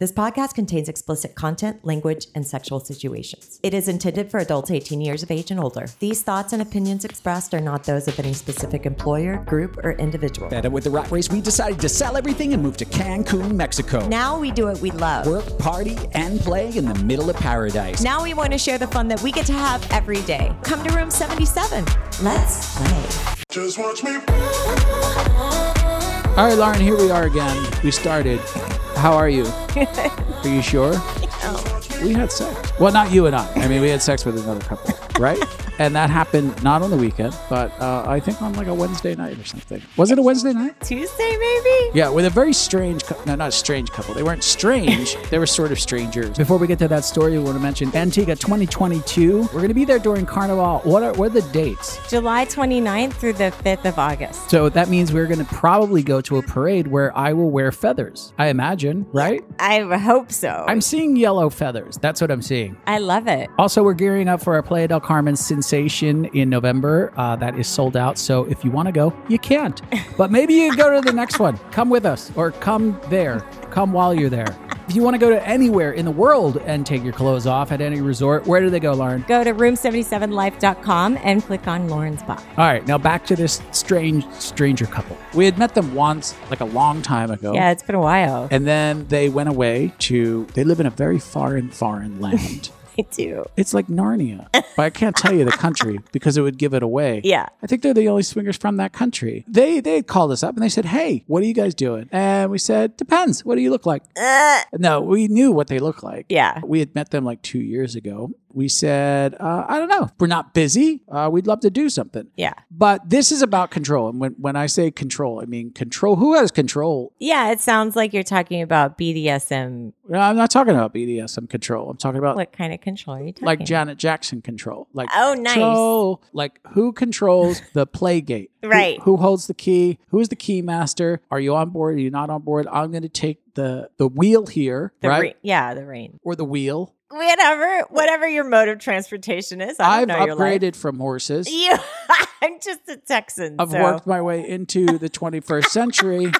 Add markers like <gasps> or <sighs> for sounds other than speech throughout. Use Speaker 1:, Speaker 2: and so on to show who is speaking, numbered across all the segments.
Speaker 1: This podcast contains explicit content, language, and sexual situations. It is intended for adults 18 years of age and older. These thoughts and opinions expressed are not those of any specific employer, group, or individual.
Speaker 2: Fed up with the rat race, we decided to sell everything and move to Cancun, Mexico.
Speaker 1: Now we do what we love.
Speaker 2: Work, party, and play in the middle of paradise.
Speaker 1: Now we want to share the fun that we get to have every day. Come to room 77. Let's play.
Speaker 3: Just watch me.
Speaker 4: All right, Lauren, here we are again. We started. How
Speaker 1: <laughs>
Speaker 4: are you? Are you sure? We had sex. Well, not you and I. I mean, we had sex with another couple,
Speaker 1: <laughs>
Speaker 4: right? and that happened not on the weekend, but uh, I think on like a Wednesday night or something. Was it a Wednesday night?
Speaker 1: Tuesday, maybe?
Speaker 4: Yeah, with a very strange, cou- no, not a strange couple. They weren't <laughs> strange. they were sort of strangers. Before we get to that story, we want to mention Antigua 2022. We're going to be there during Carnival. What are, what are the dates?
Speaker 5: July 29th through the 5th of August.
Speaker 4: So that means we're going to probably go to a parade where I will wear feathers. I imagine, right?
Speaker 5: I hope so.
Speaker 4: I'm seeing yellow feathers. That's what I'm seeing.
Speaker 5: I love it.
Speaker 4: Also, we're gearing up for our Playa del Carmen sensation in November. Uh, that is sold out. So if you want to go, you can't. But maybe you go to the next one. Come with us or come there. Come while you're there. If you want to go to anywhere in the world and take your clothes off at any resort, where do they go, Lauren?
Speaker 5: Go to room77life.com and click on Lauren's box.
Speaker 4: All right, now back to this strange stranger couple. We had met them once, like a long time ago.
Speaker 5: Yeah, it's been a while.
Speaker 4: And then they went away to, they live in a very foreign, foreign land.
Speaker 5: <laughs> I do.
Speaker 4: It's like Narnia, but I can't tell you
Speaker 5: <laughs>
Speaker 4: the country because it would give it away.
Speaker 5: Yeah.
Speaker 4: I think they're the only swingers from that country. They they had called us up and they said, "Hey, what are you guys doing?" And we said, "Depends. What do you look like?" No, we knew what they looked like.
Speaker 5: Uh. Yeah.
Speaker 4: We had met them like two years ago. We said, uh, "I don't know. We're not busy. Uh, we'd love to do something."
Speaker 5: Yeah.
Speaker 4: But this is about control, and when when I say control, I mean control. Who has control?
Speaker 5: Yeah, it sounds like you're talking about BDSM.
Speaker 4: No, I'm not talking about BDSM control. I'm talking about
Speaker 5: What kind of control are you talking
Speaker 4: like Janet Jackson control. Like
Speaker 5: Oh, nice.
Speaker 4: control, like who controls the play gate? Who-
Speaker 5: Right.
Speaker 4: Who, holds the key? Who's the key master? Are you on board? Are you not on board? I'm going to take the the wheel here,
Speaker 5: The
Speaker 4: right?
Speaker 5: re- yeah, the rain.
Speaker 4: or the wheel.
Speaker 5: Whatever, whatever your mode of transportation is, I
Speaker 4: I've
Speaker 5: don't know your life.
Speaker 4: upgraded from horses.
Speaker 5: <laughs> You, I'm just a Texan.
Speaker 4: I've
Speaker 5: so-
Speaker 4: worked my way into the
Speaker 5: <laughs>
Speaker 4: 21st century, and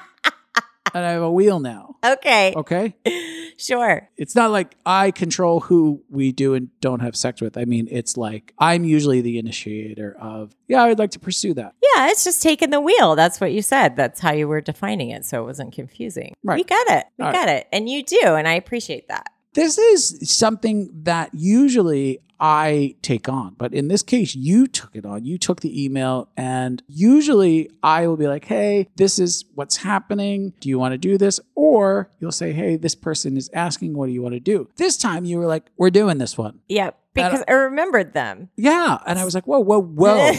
Speaker 4: I have a wheel now.
Speaker 5: Okay,
Speaker 4: Okay.
Speaker 5: <laughs> sure.
Speaker 4: It's not like I control who we do and don't have sex with. I mean, it's like I'm usually the initiator of, yeah, I'd like to pursue that.
Speaker 5: Yeah, it's just taking the wheel. That's what you said. That's how you were defining it, so it wasn't confusing.
Speaker 4: Right.
Speaker 5: We got it. We
Speaker 4: All
Speaker 5: got it, and you do, and I appreciate that.
Speaker 4: this is something that usually I take on, but in this case, you took it on. You took the email, and usually I will be like, hey, this is what's happening. Do you want to do this? Or you'll say, hey, this person is asking, what do you want to do? This time you were like, we're doing this one.
Speaker 5: Yeah, because I remembered them.
Speaker 4: Yeah. And I was like, whoa, whoa, whoa.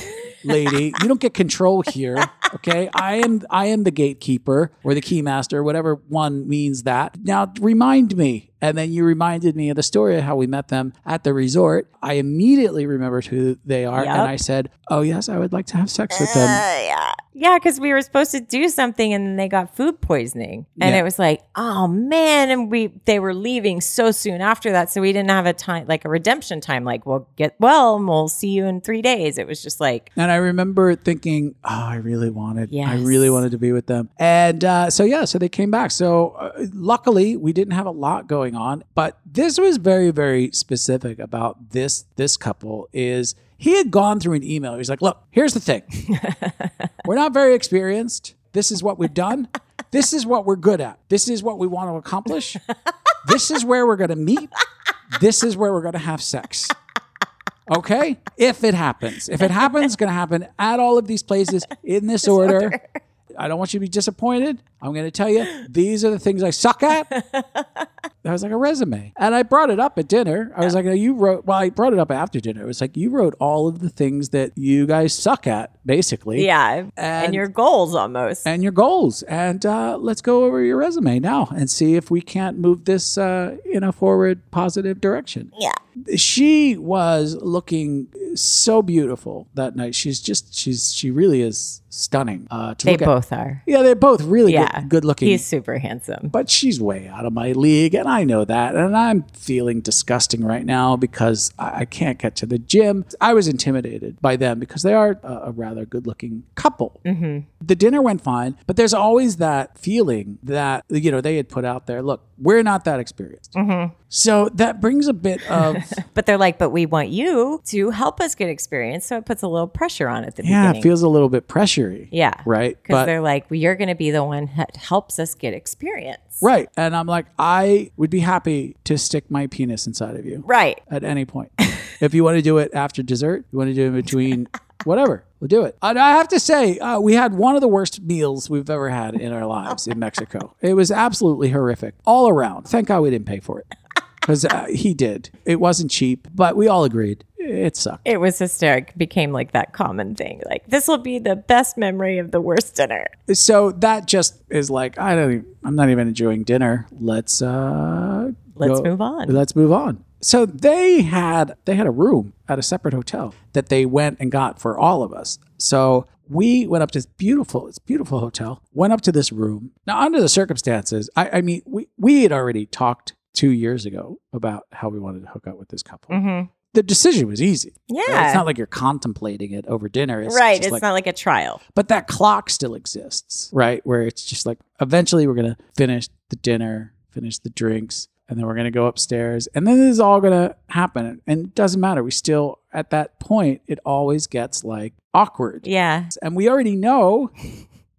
Speaker 4: Lady, you don't get control here. Okay. I am I am the gatekeeper or the keymaster, whatever one means that. Now remind me. And then you reminded me of the story of how we met them at the resort. I immediately remembered who they are.
Speaker 5: Yep.
Speaker 4: And I said, Oh yes, I would like to have sex with them.
Speaker 5: yeah. Yeah, because we were supposed to do something and then they got food poisoning. And
Speaker 4: Yeah.
Speaker 5: it was like, oh man. And we they were leaving so soon after that. So we didn't have a time like a redemption time, like, we'll get well and we'll see you in three days. It was just like
Speaker 4: And I remember thinking, oh, I really wanted, I
Speaker 5: Yes.
Speaker 4: really wanted to be with them. And uh, so, yeah, so they came back. So, uh, luckily, we didn't have a lot going on, but this was very, very specific about this this couple. Is he had gone through an email. He's like, look, here's the thing. We're not very experienced. This is what we've done. This is what we're good at. This is what we want to accomplish. This is where we're going to meet. This is where we're going to have sex. Okay? If it happens. If it happens, it's going to happen at all of these places in this order. I don't want you to be disappointed. I'm going to tell you, these are the things I suck at. That was like a resume. And I brought it up at dinner. I was like, you wrote, well, I brought it up after dinner. It was like, you wrote all of the things that you guys suck at, basically
Speaker 5: yeah. And,
Speaker 4: And-
Speaker 5: your goals almost.
Speaker 4: and your goals. And uh, let's go over your resume now and see if we can't move this uh, in a forward, positive direction.
Speaker 5: yeah.
Speaker 4: She was looking so beautiful that night. She's just she's she really is stunning. Uh, to
Speaker 5: They
Speaker 4: look at.
Speaker 5: both are.
Speaker 4: yeah, they're both really
Speaker 5: Yeah.
Speaker 4: good, good looking.
Speaker 5: He's super handsome.
Speaker 4: but she's way out of my league, and I know that. And I'm feeling disgusting right now because I, I can't get to the gym. I was intimidated by them because they are a, a rather good looking couple. Mm-hmm. The dinner went fine, but there's always that feeling that, you know, they had put out there look, we're not that experienced.
Speaker 5: Mm-hmm.
Speaker 4: So that brings a bit of.
Speaker 5: <laughs> But they're like, but we want you to help us get experience. So it puts a little pressure on at the
Speaker 4: Yeah,
Speaker 5: beginning.
Speaker 4: it feels a little bit pressury.
Speaker 5: yeah.
Speaker 4: Right.
Speaker 5: Because
Speaker 4: But
Speaker 5: they're like, well, you're going to be the one that helps us get experience.
Speaker 4: right. And I'm like, I would be happy to stick my penis inside of you
Speaker 5: Right.
Speaker 4: at
Speaker 5: <laughs>
Speaker 4: any point. if you want to do it after dessert, you want to do it in between, whatever, we'll do it. And I have to say, uh, we had one of the worst meals we've ever had in our lives
Speaker 5: <laughs>
Speaker 4: in Mexico. It was absolutely horrific all around. Thank God we didn't pay for it because uh, he did. It wasn't cheap, but we all agreed it sucked.
Speaker 5: It was hysteric. Became like that common thing. Like, this will be the best memory of the worst dinner.
Speaker 4: So that just is like, I don't, even, I'm not even enjoying dinner. Let's, uh,
Speaker 5: Let's
Speaker 4: go-
Speaker 5: move on.
Speaker 4: Let's move on. So they had they had a room at a separate hotel that they went and got for all of us. So we went up to this beautiful, it's a beautiful hotel. Went up to this room. Now, under the circumstances, I, I mean, we we had already talked two years ago about how we wanted to hook up with this couple. The decision was easy. right?
Speaker 5: Mm-hmm. Yeah.
Speaker 4: it's not like you're contemplating it over dinner. It's
Speaker 5: right.
Speaker 4: just
Speaker 5: It's
Speaker 4: like-
Speaker 5: not like a trial.
Speaker 4: but that clock still exists, right? Where it's just like eventually we're gonna finish the dinner, finish the drinks, and then we're gonna go upstairs, and then this is all gonna happen. And it doesn't matter. We still at that point, it always gets like awkward,
Speaker 5: Yeah.
Speaker 4: and we already know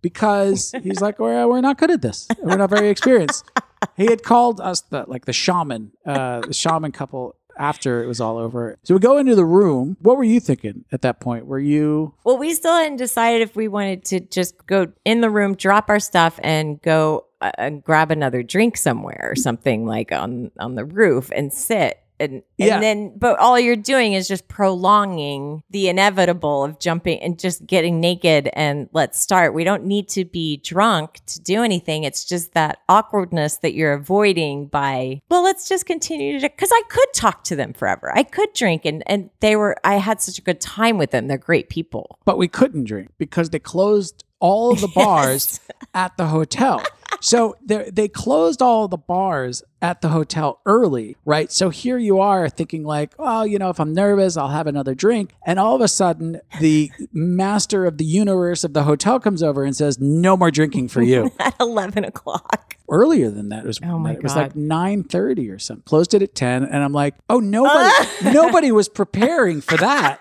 Speaker 4: because he's like, we're we're not good at this. We're not very experienced. he had called us the like the shaman, uh, the shaman couple. After it was all over, so we go into the room. What were you thinking at that point? Were you
Speaker 5: Well, we still hadn't decided if we wanted to just go in the room, drop our stuff, and go uh, and grab another drink somewhere or something like on on the roof and sit. And,
Speaker 4: Yeah.
Speaker 5: and then, but all you're doing is just prolonging the inevitable of jumping and just getting naked and let's start. We don't need to be drunk to do anything. It's just that awkwardness that you're avoiding by, well, let's just continue to, because I could talk to them forever. I could drink and, and they were, I had such a good time with them. They're great people. <laughs>
Speaker 4: but we couldn't drink because they closed all of the bars at the hotel. So they they closed all the bars at the hotel early, right? So here you are thinking like, oh, you know, if I'm nervous, I'll have another drink, and all of a sudden the master of the universe of the hotel comes over and says, no more drinking for you.
Speaker 5: at 11 o'clock.
Speaker 4: Earlier than that, it was
Speaker 5: Oh my
Speaker 4: it was
Speaker 5: God.
Speaker 4: like nine thirty or something. Closed it at ten, and I'm like,
Speaker 5: <laughs>
Speaker 4: oh, nobody, nobody was preparing for that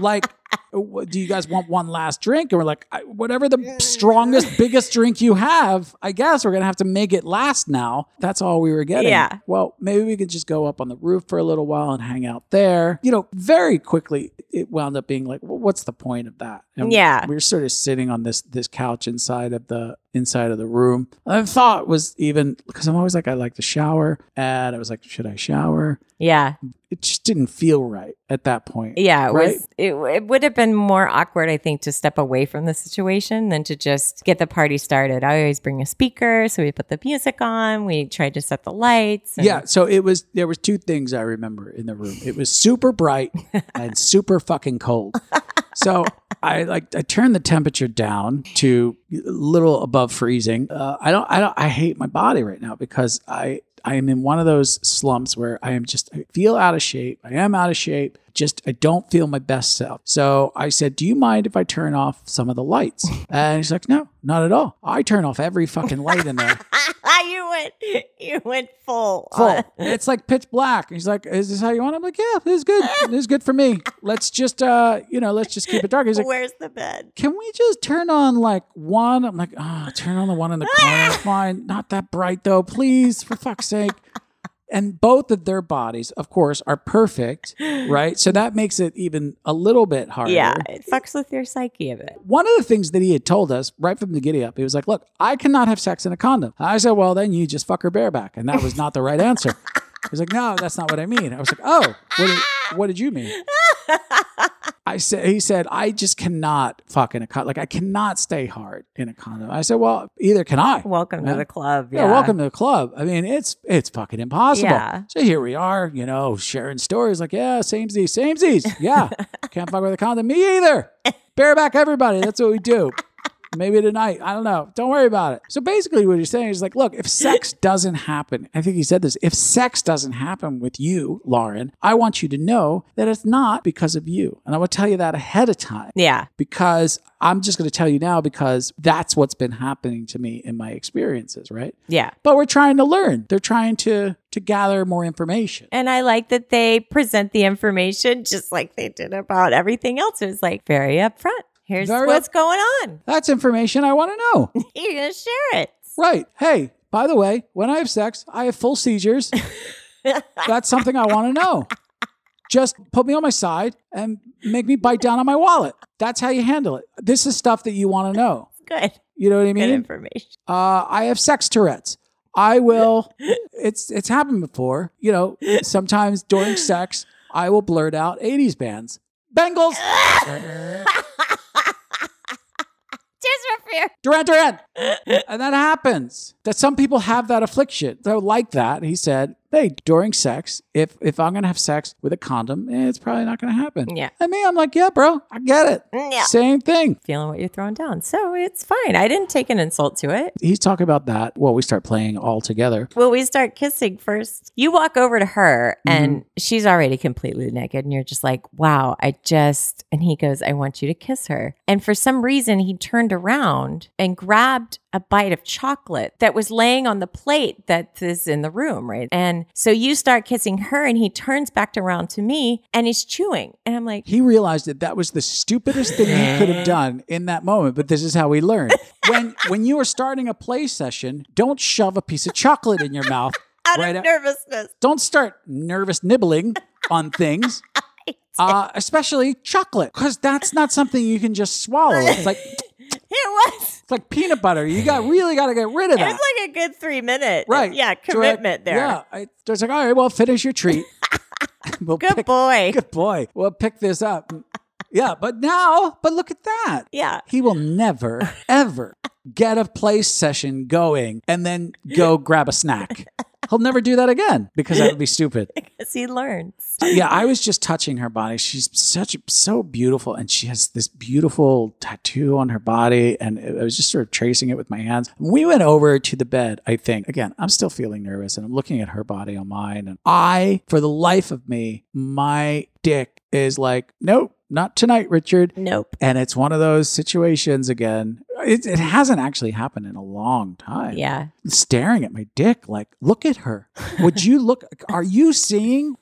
Speaker 4: like w- do you guys want one last drink and we're like I- whatever the strongest biggest drink you have i guess we're gonna have to make it last now that's all we were getting
Speaker 5: Yeah.
Speaker 4: well maybe we could just go up on the roof for a little while and hang out there you know very quickly it wound up being like well, what's the point of that and
Speaker 5: Yeah.
Speaker 4: we were sort of sitting on this this couch inside of the inside of the room and the thought was even because i'm always like i like to shower and i was like should i shower
Speaker 5: Yeah.
Speaker 4: it just didn't feel right at that point
Speaker 5: Yeah. It
Speaker 4: right
Speaker 5: was, it, it would have been more awkward, I think, to step away from the situation than to just get the party started. I always bring a speaker. So we put the music on, we tried to set the lights. and-
Speaker 4: Yeah, so it was there was two things I remember in the room. It was super bright and super fucking cold. So I like I turned the temperature down to a little above freezing. Uh, I don't I don't I hate my body right now because I I am in one of those slumps where I am just I feel out of shape. I am out of shape. Just I don't feel my best self. So I said, "Do you mind if I turn off some of the lights?" And he's like, "No, not at all. I turn off every fucking light in there."
Speaker 5: <laughs> you went, you went full.
Speaker 4: <laughs> full.
Speaker 5: on.
Speaker 4: it's like pitch black. And he's like, "Is this how you want?" it?" I'm like, "Yeah, this is good. This is good for me. Let's just, uh, you know, let's just keep it dark." He's
Speaker 5: <laughs>
Speaker 4: like,
Speaker 5: Where's the bed?
Speaker 4: "Can we just turn on like one?" I'm like, "Ah, turn on the one in the corner. Fine, not that bright though, please, for fuck's sake." And both of their bodies, of course, are perfect, right? So that makes it even a little bit harder
Speaker 5: Yeah. It fucks with your psyche a bit.
Speaker 4: one of the things that he had told us right from the giddy up, he was like, Look, I cannot have sex in a condom. I said, Well, then you just fuck her bareback. And that was not the right answer. He was like, No, that's not what I mean. I was like, Oh, what did, what did you mean? I said, he said, I just cannot fuck in a condom. Like, I cannot stay hard in a condom. I said, well, either can I.
Speaker 5: welcome
Speaker 4: Yeah.
Speaker 5: to the club.
Speaker 4: Yeah, welcome to the club. I mean, it's it's fucking impossible.
Speaker 5: Yeah.
Speaker 4: So here we are, you know, sharing stories like, yeah, samesies, samesies. Yeah. Can't fuck with a condom. Me either. Bareback everybody. That's what we do. Maybe tonight. I don't know. Don't worry about it. So basically what he's saying is like, look, if sex doesn't happen, I think he said this, if sex doesn't happen with you, Lauren, I want you to know that it's not because of you. And I will tell you that ahead of time
Speaker 5: Yeah.
Speaker 4: because I'm just going to tell you now because that's what's been happening to me in my experiences, right?
Speaker 5: Yeah.
Speaker 4: But we're trying to learn. They're trying to to gather more information.
Speaker 5: And I like that they present the information <laughs> just like they did about everything else. It was like very upfront. Here's
Speaker 4: Very
Speaker 5: what's
Speaker 4: up-
Speaker 5: going on. <laughs>
Speaker 4: That's information I want to know.
Speaker 5: You're going to share it. <laughs>
Speaker 4: right. Hey, by the way, when I have sex, I have full seizures. that's something I want to know. Just put me on my side and make me bite down on my wallet. That's how you handle it. This is stuff that you want to know.
Speaker 5: Good.
Speaker 4: You know what I
Speaker 5: Good
Speaker 4: mean?
Speaker 5: information.
Speaker 4: uh, I have sex Tourette's. I will. It's it's happened before. You know, sometimes during sex, I will blurt out '80s bands, Bengals,
Speaker 5: Tears for fear. <laughs>
Speaker 4: Durant, Durant, and that happens. That some people have that affliction. So like that, he said, "Hey, during sex, if if I'm gonna have sex with a condom, eh, it's probably not gonna happen."
Speaker 5: Yeah.
Speaker 4: I mean, I'm like, yeah, bro, I get it.
Speaker 5: Yeah.
Speaker 4: Same thing.
Speaker 5: Feeling what you're throwing down. So it's fine. I didn't take an insult to it.
Speaker 4: He's talking about that. Well, we start playing all together.
Speaker 5: Well, we start kissing first. You walk over to her
Speaker 4: Mm-hmm.
Speaker 5: and she's already completely naked. And you're just like, wow, I just. And he goes, I want you to kiss her. And for some reason, he turned around and grabbed a bite of chocolate that was laying on the plate that is in the room, right? And so you start kissing her and he turns back around to me and he's chewing. And I'm like,
Speaker 4: he realized that that was the stupidest thing he could
Speaker 5: <laughs>
Speaker 4: have done in that moment but this is how we learn when when you are starting a play session don't shove a piece of chocolate in
Speaker 5: <laughs>
Speaker 4: your mouth
Speaker 5: out
Speaker 4: right
Speaker 5: of
Speaker 4: a-
Speaker 5: nervousness.
Speaker 4: don't start nervous nibbling
Speaker 5: <laughs>
Speaker 4: on things uh, especially chocolate because that's not something you can just swallow it's like it's
Speaker 5: It was.
Speaker 4: like peanut butter you got really got to get rid of
Speaker 5: It
Speaker 4: that
Speaker 5: was like a good three minute.
Speaker 4: right
Speaker 5: Yeah,
Speaker 4: So I-
Speaker 5: commitment there.
Speaker 4: yeah I, so it's like all right well finish
Speaker 5: <laughs>
Speaker 4: your treat we'll
Speaker 5: Good
Speaker 4: pick,
Speaker 5: boy.
Speaker 4: good boy we'll pick this up yeah but now but look at that
Speaker 5: Yeah.
Speaker 4: he will never, ever get a play session going and then
Speaker 5: <laughs>
Speaker 4: go grab a snack. He'll never do that again because that would be stupid.
Speaker 5: Because he learns.
Speaker 4: Yeah, I was just touching her body. She's such so beautiful, and she has this beautiful tattoo on her body. And I was just sort of tracing it with my hands. We went over to the bed. I think again, I'm still feeling nervous, and I'm looking at her body on mine. And I, for the life of me, my dick is like, nope, not tonight, Richard.
Speaker 5: Nope.
Speaker 4: And it's one of those situations again. It, it hasn't actually happened in a long time.
Speaker 5: Yeah.
Speaker 4: Staring at my dick, like, look at her. Would you look? Are you seeing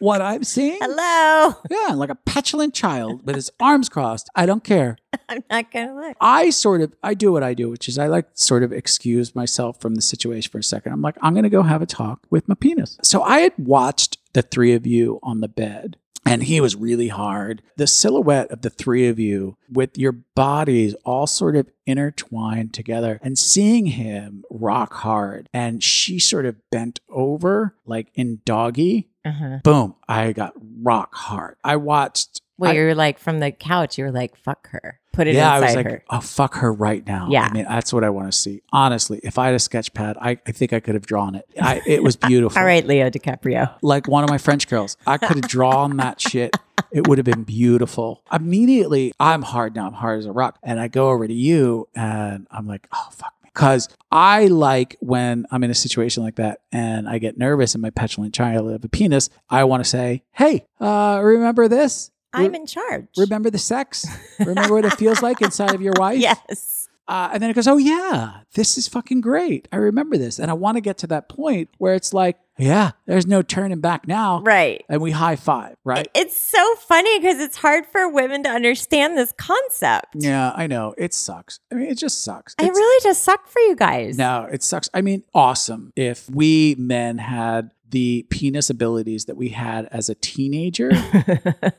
Speaker 4: what I'm seeing?
Speaker 5: Hello. <laughs>
Speaker 4: Yeah, like a petulant child with his arms crossed. I don't care.
Speaker 5: I'm not going to look.
Speaker 4: I sort of, I do what I do, which is I like sort of excuse myself from the situation for a second. I'm like, I'm going to go have a talk with my penis. So I had watched the three of you on the bed. And he was really hard. The silhouette of the three of you with your bodies all sort of intertwined together and seeing him rock hard. And she sort of bent over like in doggy.
Speaker 5: Uh-huh.
Speaker 4: Boom, I got rock hard. I watched.
Speaker 5: Well,
Speaker 4: I-
Speaker 5: you were like from the couch, you were like, fuck her. Put it
Speaker 4: yeah, I
Speaker 5: inside
Speaker 4: was like,
Speaker 5: her.
Speaker 4: oh fuck her right now.
Speaker 5: Yeah.
Speaker 4: I mean that's what I want to see. Honestly, if I had a sketch pad, I, I think I could have drawn it. I,
Speaker 5: <laughs>
Speaker 4: it was beautiful.
Speaker 5: All right, Leo DiCaprio.
Speaker 4: Like one of my French girls, I could have drawn that shit. It would have been beautiful. Immediately, I'm hard now. I'm hard as a rock, and I go over to you, and I'm like, oh fuck me, because I like when I'm in a situation like that, and I get nervous, and my petulant child of a penis, I want to say, hey, uh, remember this?
Speaker 5: I'm in charge.
Speaker 4: Remember the sex? Remember what it feels like inside
Speaker 5: <laughs>
Speaker 4: of your wife?
Speaker 5: Yes.
Speaker 4: Uh, and then it goes, oh, yeah, this is fucking great. I remember this. And I want to get to that point where it's like, yeah, there's no turning back now.
Speaker 5: Right.
Speaker 4: And we high five, right?
Speaker 5: It's so funny because it's hard for women to understand this concept.
Speaker 4: yeah, I know. It sucks. I mean, it just sucks.
Speaker 5: I
Speaker 4: It's-
Speaker 5: really just suck for you guys.
Speaker 4: No, it sucks. I mean, awesome. If we men had the penis abilities that we had as
Speaker 5: <laughs>
Speaker 4: a teenager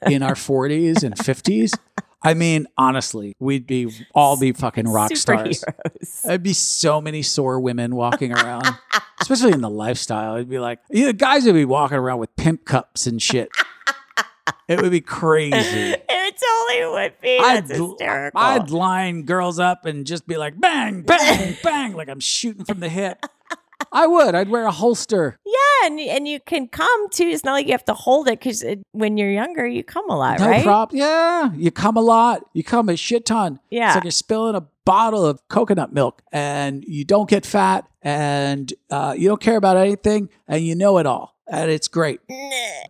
Speaker 4: in our 40s and 50s, I mean, honestly, we'd be all be fucking rock stars.
Speaker 5: Superheroes. <laughs>
Speaker 4: There'd be so many sore women walking around, especially in the lifestyle. It'd be like, yeah, guys would be walking around with pimp cups and shit. It would be crazy.
Speaker 5: It totally would be. <laughs> That's
Speaker 4: l-
Speaker 5: hysterical.
Speaker 4: I'd line girls up and just be
Speaker 5: <laughs>
Speaker 4: like bang, bang, bang, like I'm shooting from the hip. I would. I'd wear a holster.
Speaker 5: yeah, and, and you can come too. It's not like you have to hold it because when you're younger, you come a lot,
Speaker 4: No
Speaker 5: right?
Speaker 4: prop. Yeah. You come a lot. You come a shit ton.
Speaker 5: Yeah.
Speaker 4: It's like you're spilling a bottle of coconut milk and you don't get fat and uh, you don't care about anything and you know it all. And it's great.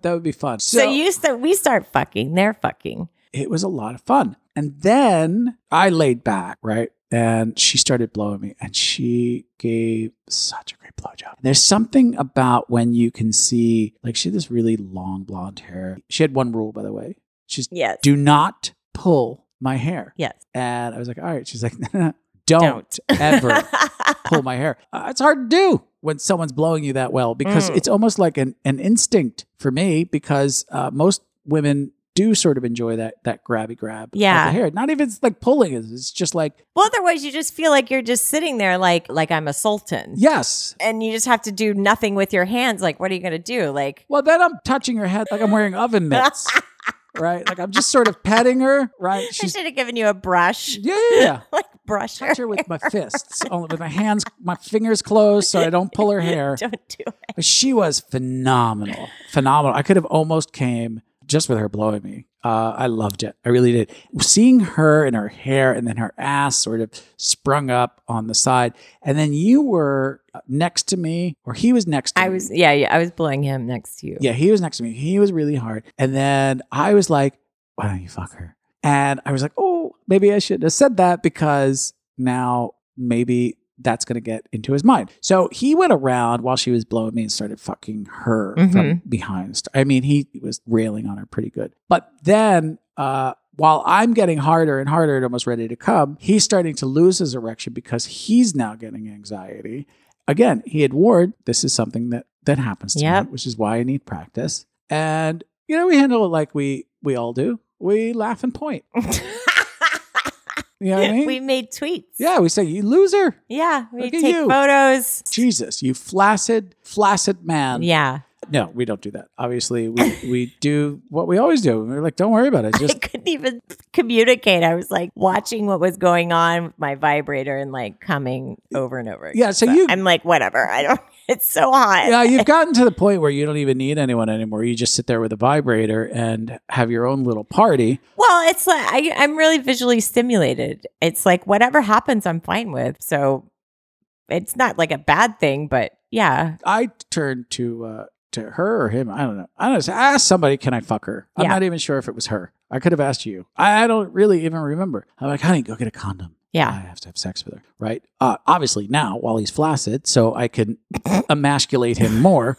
Speaker 4: That would be fun.
Speaker 5: So, you st- we start fucking. They're fucking.
Speaker 4: it was a lot of fun. And then I laid back, right? And she started blowing me, and she gave such a great blowjob. There's something about when you can see, like, she had this really long blonde hair. She had one rule, by the way. She's
Speaker 5: Yes.
Speaker 4: do not pull my hair.
Speaker 5: yes.
Speaker 4: And I was like, all right. She's like, <laughs>
Speaker 5: <laughs>
Speaker 4: don't ever pull my hair. Uh, it's hard to do when someone's blowing you that well because
Speaker 5: Mm.
Speaker 4: it's almost like an, an instinct for me because uh, most women do sort of enjoy that that grabby grab
Speaker 5: Yeah.
Speaker 4: of the hair. Not even it's like pulling it. It's just like,
Speaker 5: well, otherwise you just feel like you're just sitting there like like I'm a sultan.
Speaker 4: yes.
Speaker 5: And you just have to do nothing with your hands. Like, what are you gonna do? Like
Speaker 4: Well, then I'm touching her head like I'm wearing oven
Speaker 5: <laughs>
Speaker 4: mitts, right? Like I'm just sort of petting her, right?
Speaker 5: I
Speaker 4: She's,
Speaker 5: should have given you a brush.
Speaker 4: yeah, yeah, yeah.
Speaker 5: <laughs> like brush her.
Speaker 4: Touch her with my fists, only with my hands, my fingers closed so I don't pull her hair.
Speaker 5: Don't do it.
Speaker 4: But she was phenomenal, phenomenal. I could have almost came just with her blowing me. Uh, I loved it. I really did. Seeing her and her hair, and then her ass sort of sprung up on the side, and then you were uh, next to me, or he was next to me.
Speaker 5: I was yeah, yeah, I was blowing him next to you. <laughs>
Speaker 4: Yeah, he was next to me. He was really hard. And then I was like, why don't you fuck her? And I was like, oh, maybe I shouldn't have said that because now maybe that's going to get into his mind. So he went around while she was blowing me and started fucking her from behind. I mean, he was railing on her pretty good. But then, uh, while I'm getting harder and harder and almost ready to come, he's starting to lose his erection because he's now getting anxiety. Again, he had warned this is something that that happens to
Speaker 5: Yep.
Speaker 4: me, which is why I need practice. And you know, we handle it like we we all do. We laugh and point. You
Speaker 5: <laughs>
Speaker 4: know what I mean?
Speaker 5: we made tweets.
Speaker 4: yeah, we say, "You loser,
Speaker 5: Yeah. We
Speaker 4: Look at
Speaker 5: take
Speaker 4: you.
Speaker 5: photos.
Speaker 4: Jesus, you flaccid, flaccid man."
Speaker 5: Yeah.
Speaker 4: No, we don't do that. Obviously, we we do what we always do. We're like, "Don't worry about
Speaker 5: <laughs>
Speaker 4: it."
Speaker 5: I
Speaker 4: Just
Speaker 5: couldn't even communicate. I was like watching what was going on with my vibrator and like coming over and over.
Speaker 4: yeah. So you
Speaker 5: I'm like, whatever. I don't. <laughs> It's so hot.
Speaker 4: yeah, you've gotten to the point where you don't even need anyone anymore. You just sit there with a vibrator and have your own little party.
Speaker 5: Well, it's like I, I'm really visually stimulated. It's like whatever happens, I'm fine with. So it's not like a bad thing, but yeah,
Speaker 4: I turned to uh, to her or him. I don't know. I don't know. I asked somebody, "Can I fuck her?" I'm
Speaker 5: Yeah.
Speaker 4: not even sure if it was her. I could have asked you. I, I don't really even remember. I'm like, "Honey, go get a condom." I
Speaker 5: yeah.
Speaker 4: have to have sex with her, right? Uh, obviously, now while he's flaccid, so I can emasculate him more.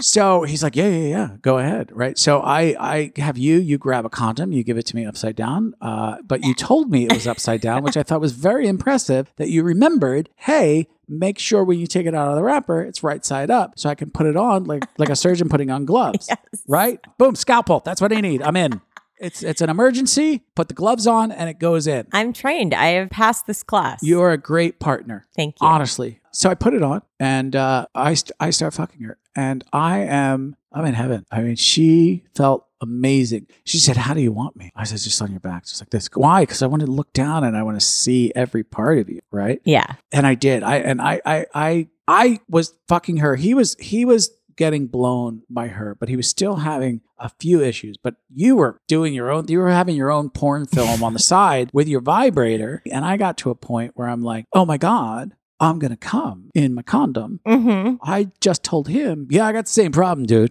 Speaker 4: so he's like, yeah, yeah, yeah, go ahead, right? So I, I have you. You grab a condom, you give it to me upside down. Uh, but you told me it was upside down, which I thought was very impressive that you remembered. Hey, make sure when you take it out of the wrapper, it's right side up, so I can put it on like like a surgeon putting on gloves, right? Boom, scalpel. That's what I need. I'm in. It's it's an emergency. Put the gloves on, and it goes in.
Speaker 5: I'm trained. I have passed this class.
Speaker 4: You are a great partner.
Speaker 5: Thank you.
Speaker 4: Honestly. So I put it on and uh, I, st- I start fucking her. And I am, I'm in heaven. I mean, she felt amazing. She said, How do you want me? I said, Just on your back, just like this. Why? Because I want to look down and I want to see every part of you. Right.
Speaker 5: yeah.
Speaker 4: And I did. I, and I, I, I, I was fucking her. He was, he was getting blown by her, but he was still having a few issues. But you were doing your own, you were having your own porn film on the side with your vibrator. And I got to a point where I'm like, oh my God, I'm going to come in my condom.
Speaker 5: Mm-hmm.
Speaker 4: I just told him, yeah, I got the same problem, dude.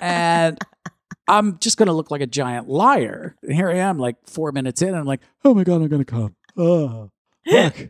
Speaker 4: and I'm just going to look like a giant liar. And here I am, like four minutes in, and I'm like, oh my God, I'm going to come. Oh, look,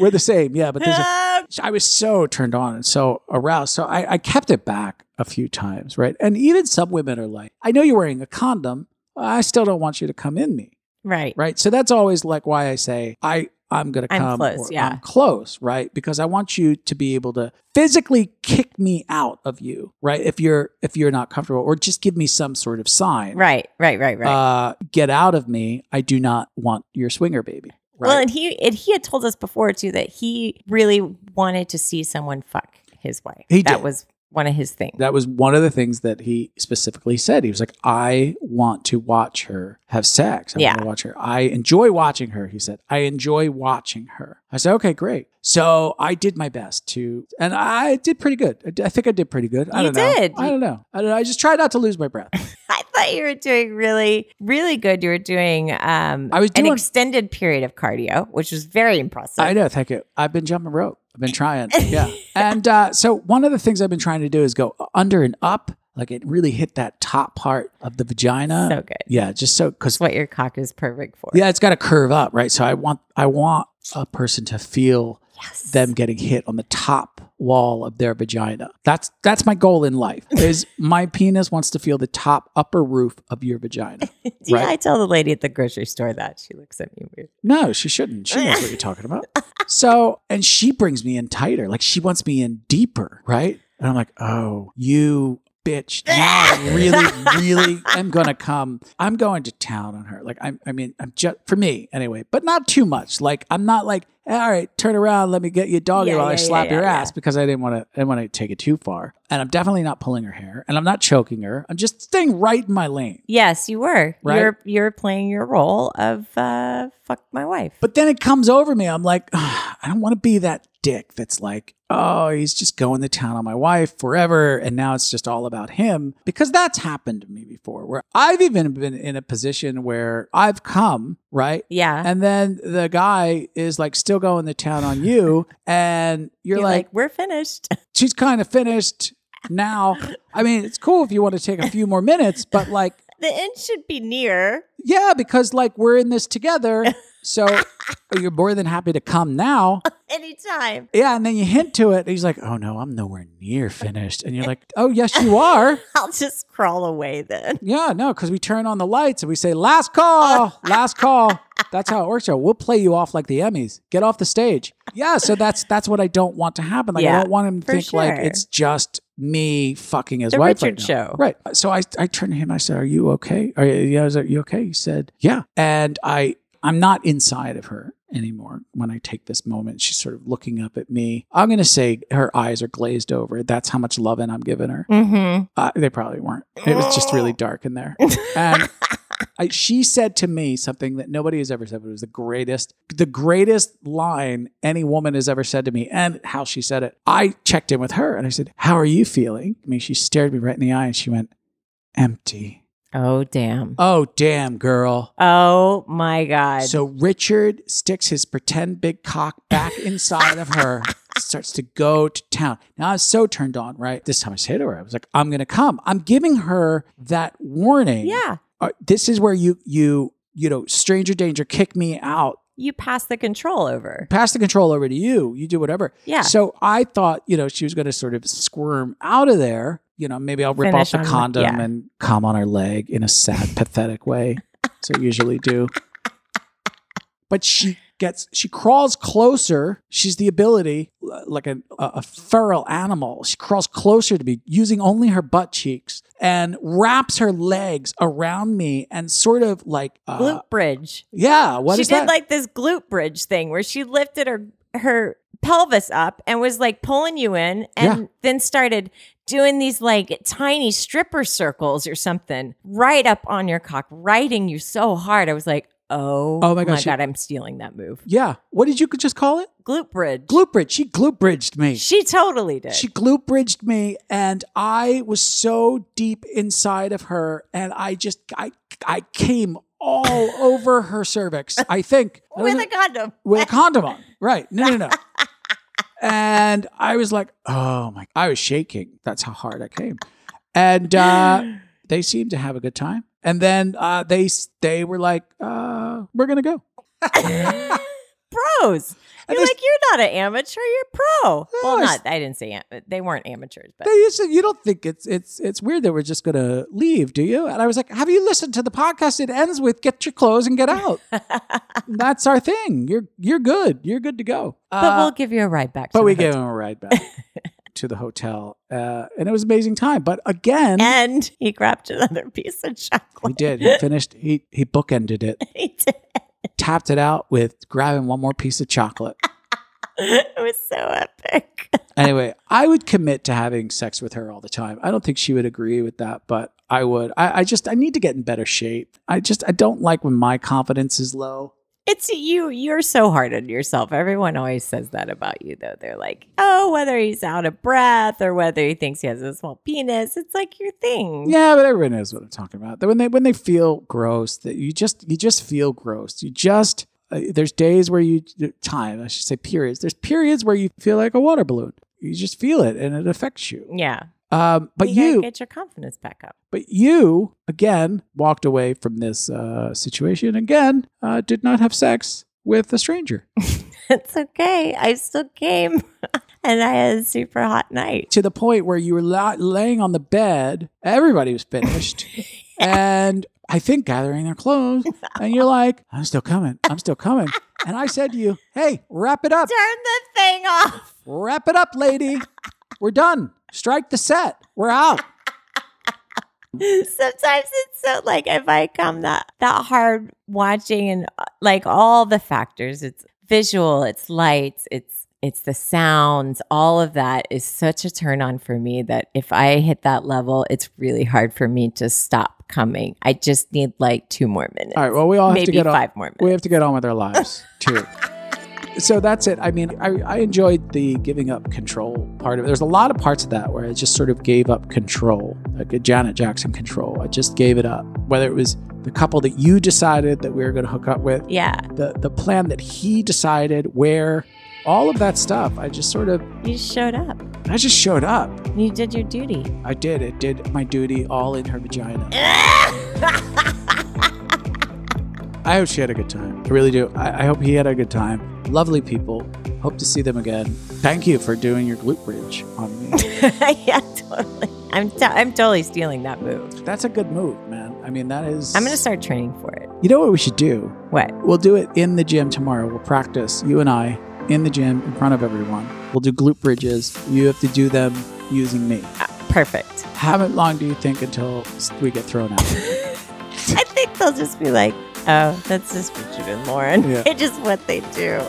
Speaker 4: we're the same. Yeah, but there's a so I was so turned on and so aroused. So I, I kept it back a few times, right? And even some women are like, I know you're wearing a condom. I still don't want you to come in me,
Speaker 5: <laughs> right.
Speaker 4: right? So that's always like why I say I I'm gonna
Speaker 5: I'm
Speaker 4: come
Speaker 5: close,
Speaker 4: or
Speaker 5: yeah.
Speaker 4: I'm close, right? Because I want you to be able to physically kick me out of you, right? If you're if you're not comfortable, or just give me some sort of sign,
Speaker 5: Right. Right. Right. Right.
Speaker 4: Uh, get out of me. I do not want your swinger baby. Right?
Speaker 5: Well, and he and he had told us before too that he really wanted to see someone fuck his wife.
Speaker 4: He
Speaker 5: that
Speaker 4: did.
Speaker 5: was one of his things.
Speaker 4: That was one of the things that he specifically said. He was like, I want to watch her have sex. I want
Speaker 5: Yeah.
Speaker 4: to watch her. I enjoy watching her, he said. I enjoy watching her. I said, okay, great. So I did my best to, and I did pretty good. I d- I think I did pretty good. I
Speaker 5: You
Speaker 4: don't know.
Speaker 5: did.
Speaker 4: I don't know. I don't know. I just tried not to lose my breath.
Speaker 5: <laughs> I thought you were doing really, really good. You were doing um,
Speaker 4: I was
Speaker 5: an
Speaker 4: doing-
Speaker 5: extended period of cardio, which was very impressive.
Speaker 4: I know. Thank you. I've been jumping rope. I've
Speaker 5: <laughs>
Speaker 4: been trying. Yeah. and uh, so one of the things I've been trying to do is go under and up. Like it really hit that top part of the vagina.
Speaker 5: So good.
Speaker 4: Yeah. Just so, because
Speaker 5: That's what your cock is perfect for.
Speaker 4: Yeah, it's got to curve up, right? So I want I want a person to feel them getting hit on the top wall of their vagina. That's that's my goal in life. Is <laughs> my penis wants to feel the top upper roof of your vagina.
Speaker 5: Yeah,
Speaker 4: Right.
Speaker 5: I tell the lady at the grocery store that she looks at me weird.
Speaker 4: No, she shouldn't. She knows what you're
Speaker 5: <laughs>
Speaker 4: talking about. So, and she brings me in tighter. Like she wants me in deeper, right? And I'm like, "Oh, you bitch. Now
Speaker 5: <laughs>
Speaker 4: I really really am going to come. I'm going to town on her. Like I'm I mean, I'm just for me anyway, but not too much. Like I'm not like, "All right, turn around, let me get you doggy
Speaker 5: Yeah,
Speaker 4: while I
Speaker 5: yeah, yeah,
Speaker 4: slap your
Speaker 5: yeah,
Speaker 4: ass."
Speaker 5: yeah.
Speaker 4: because I didn't want to I didn't want to take it too far. And I'm definitely not pulling her hair, and I'm not choking her. I'm just staying right in my lane.
Speaker 5: Yes, you were.
Speaker 4: Right.
Speaker 5: You're you're playing your role of uh, fuck my wife.
Speaker 4: But then it comes over me. I'm like, "Ugh, I don't want to be that dick that's like, oh, he's just going to town on my wife forever. And now it's just all about him because that's happened to me before where I've even been in a position where I've come, right?
Speaker 5: yeah.
Speaker 4: And then the guy is like still going to town on
Speaker 5: <laughs>
Speaker 4: you. And you're,
Speaker 5: you're
Speaker 4: like,
Speaker 5: like, we're finished. <laughs>
Speaker 4: she's kind of finished now. I mean, it's cool if you want to take a few more minutes, but like,
Speaker 5: the end should be near.
Speaker 4: yeah, because like we're in
Speaker 5: <laughs>
Speaker 4: this together. So you're more than happy to come now.
Speaker 5: Anytime.
Speaker 4: Yeah, and then you hint to it. And he's like, "Oh no, I'm nowhere near finished." And you're like, "Oh yes, you are."
Speaker 5: <laughs> I'll just crawl away then.
Speaker 4: <laughs> Yeah, no, because we turn on the lights and we say, "Last
Speaker 5: <laughs>
Speaker 4: call, last call." That's how it works. Out. We'll play you off like the Emmys. Get off the stage. Yeah, so that's that's what I don't want to happen. Like I
Speaker 5: Yeah,
Speaker 4: don't want him to
Speaker 5: for
Speaker 4: think like
Speaker 5: sure.
Speaker 4: it's just me fucking his
Speaker 5: The
Speaker 4: wife.
Speaker 5: Richard
Speaker 4: right now.
Speaker 5: Show.
Speaker 4: right? So I I turned to him. I said, "Are you okay? Are you, yeah, I was like, you okay?" He said, "Yeah." And I I'm not inside of her anymore when I take this moment. She's sort of looking up at me. I'm gonna say her eyes are glazed over. That's how much loving I'm giving her.
Speaker 5: Mm-hmm.
Speaker 4: Uh, they probably weren't. It was just really dark in there. And I, she said to me something that nobody has ever said, but it was the greatest, the greatest line any woman has ever said to me, and how she said it. I checked in with her and I said, "How are you feeling?" I mean, she stared me right in the eye and she went, "Empty."
Speaker 5: Oh damn.
Speaker 4: Oh, damn, girl.
Speaker 5: Oh my god.
Speaker 4: So Richard sticks his pretend big cock back inside of her, starts to go to town. Now I was so turned on, right? This time I said to her, I was like, I'm gonna come. I'm giving her that warning.
Speaker 5: yeah.
Speaker 4: Uh, this is where you you you know, stranger danger, kick me out,
Speaker 5: You pass the control over.
Speaker 4: pass the control over to you. You do whatever.
Speaker 5: Yeah.
Speaker 4: So I thought, you know, she was going to sort of squirm out of there. You know, maybe I'll rip
Speaker 5: Finish
Speaker 4: off
Speaker 5: on
Speaker 4: the
Speaker 5: the-
Speaker 4: condom
Speaker 5: yeah.
Speaker 4: and come on her leg in
Speaker 5: <laughs>
Speaker 4: a sad, pathetic way. So I usually do. But she gets, she crawls closer. She's the ability, l- like a, a, a feral animal. She crawls closer to me using only her butt cheeks and wraps her legs around me and sort of like, uh,
Speaker 5: glute bridge.
Speaker 4: yeah, what is
Speaker 5: she did
Speaker 4: that?
Speaker 5: like this glute bridge thing where she lifted her her pelvis up and was like pulling you in and
Speaker 4: Yeah.
Speaker 5: then started doing these like tiny stripper circles or something right up on your cock, riding you so hard. I was like, oh,
Speaker 4: Oh my gosh, she-
Speaker 5: I'm stealing that move.
Speaker 4: yeah. What did you just call it?
Speaker 5: Glute bridge.
Speaker 4: Glute bridge. She glute bridged me.
Speaker 5: she totally did.
Speaker 4: She glute bridged me, and I was so deep inside of her, and I just I I came
Speaker 5: <laughs>
Speaker 4: all over her cervix. I think I don't
Speaker 5: with
Speaker 4: know-
Speaker 5: a condom. <laughs>
Speaker 4: with a condom on. Right? No, no, no. and I was like, oh my! I was shaking. That's how hard I came.
Speaker 5: <gasps>
Speaker 4: And uh, they seemed to have a good time. And then uh, they s- they were like, uh, we're gonna go.
Speaker 5: <laughs> Pros.
Speaker 4: And
Speaker 5: You're
Speaker 4: they s-
Speaker 5: like, you're not an amateur, you're pro. well,
Speaker 4: I s-
Speaker 5: not, I didn't say, am- they weren't amateurs, but
Speaker 4: They used to- you don't think it's it's it's weird that we're just gonna leave, do you? And I was like, Have you listened to the podcast? It ends with get your clothes and get out. That's our thing. You're you're good. You're good to go.
Speaker 5: but we'll give you a ride back.
Speaker 4: Uh, but
Speaker 5: to <laughs>
Speaker 4: we
Speaker 5: the
Speaker 4: gave him a ride back to the hotel, uh, and it was an amazing time. But again,
Speaker 5: and he grabbed another piece of
Speaker 4: he
Speaker 5: chocolate.
Speaker 4: did. He finished. He
Speaker 5: <laughs>
Speaker 4: he bookended it.
Speaker 5: He did.
Speaker 4: Tapped it out with grabbing one more piece of chocolate.
Speaker 5: it was so epic.
Speaker 6: Anyway, I would commit to having sex with her all the time. I don't think she would agree with that, but I would. I, I just I need to get in better shape. I just I don't like when my confidence is low.
Speaker 5: It's you. You're so hard on yourself. Everyone always says that about you, though. They're like, oh, whether he's out of breath or whether he thinks he has a small penis, it's like your thing.
Speaker 6: Yeah, but everyone knows what I'm talking about. That When they when they feel gross, that you just you just feel gross. You just uh, there's days where you uh, time I should say periods. There's periods where you feel like a water balloon. You just feel it and it affects you.
Speaker 5: Yeah.
Speaker 6: Um, but
Speaker 5: gotta
Speaker 6: you,
Speaker 5: get your confidence back up.
Speaker 6: but you again walked away from this uh, situation. Again, uh, did not have sex with a stranger.
Speaker 5: <laughs> It's okay. I still came <laughs> and I had a super hot night.
Speaker 6: to the point where you were la- laying on the bed. Everybody was finished, <laughs> and I think gathering their
Speaker 5: <laughs>
Speaker 6: clothes. And you're like, "I'm still coming. I'm still coming." And I said to you, "Hey, wrap it
Speaker 5: <laughs>
Speaker 6: up.
Speaker 5: Turn the thing off.
Speaker 6: Wrap it up, lady. We're done. Strike the set. We're out."
Speaker 5: <laughs> Sometimes it's so like if I come that that hard watching and uh, like all the factors, it's visual, it's lights, it's it's the sounds, all of that is such a turn on for me that if I hit that level, it's really hard for me to stop coming. I just need like two more minutes.
Speaker 6: All right. Well, we all have
Speaker 5: Maybe
Speaker 6: to get
Speaker 5: five
Speaker 6: on.
Speaker 5: more minutes.
Speaker 6: We have to get on with our lives too. so that's it. I mean, I, I enjoyed the giving up control part of it. There's a lot of parts of that where I just sort of gave up control, like a Janet Jackson control. I just gave it up. Whether it was the couple that you decided that we were going to hook up with,
Speaker 5: yeah.
Speaker 6: the the plan that he decided, where all of that stuff, I just sort of,
Speaker 5: You showed up.
Speaker 6: I just showed up.
Speaker 5: You did your duty. <laughs>
Speaker 6: I did. It did my duty all in her vagina. I hope she had a good time. I really do. I, I hope he had a good time. Lovely people. Hope to see them again. Thank you for doing your glute bridge on me.
Speaker 5: <laughs> yeah, totally. I'm to- I'm totally stealing that move.
Speaker 6: That's a good move, man. I mean, that is.
Speaker 5: I'm gonna start training for it.
Speaker 6: You know what we should do?
Speaker 5: What?
Speaker 6: We'll do it in the gym tomorrow. We'll practice, you and I, in the gym in front of everyone. We'll do glute bridges. You have to do them using me.
Speaker 5: Uh, Perfect.
Speaker 4: <laughs>
Speaker 6: How long do you think until we get thrown out?
Speaker 5: I think they'll just be like, oh, that's just Richard and Lauren.
Speaker 6: Yeah.
Speaker 5: <laughs> It's just what they do.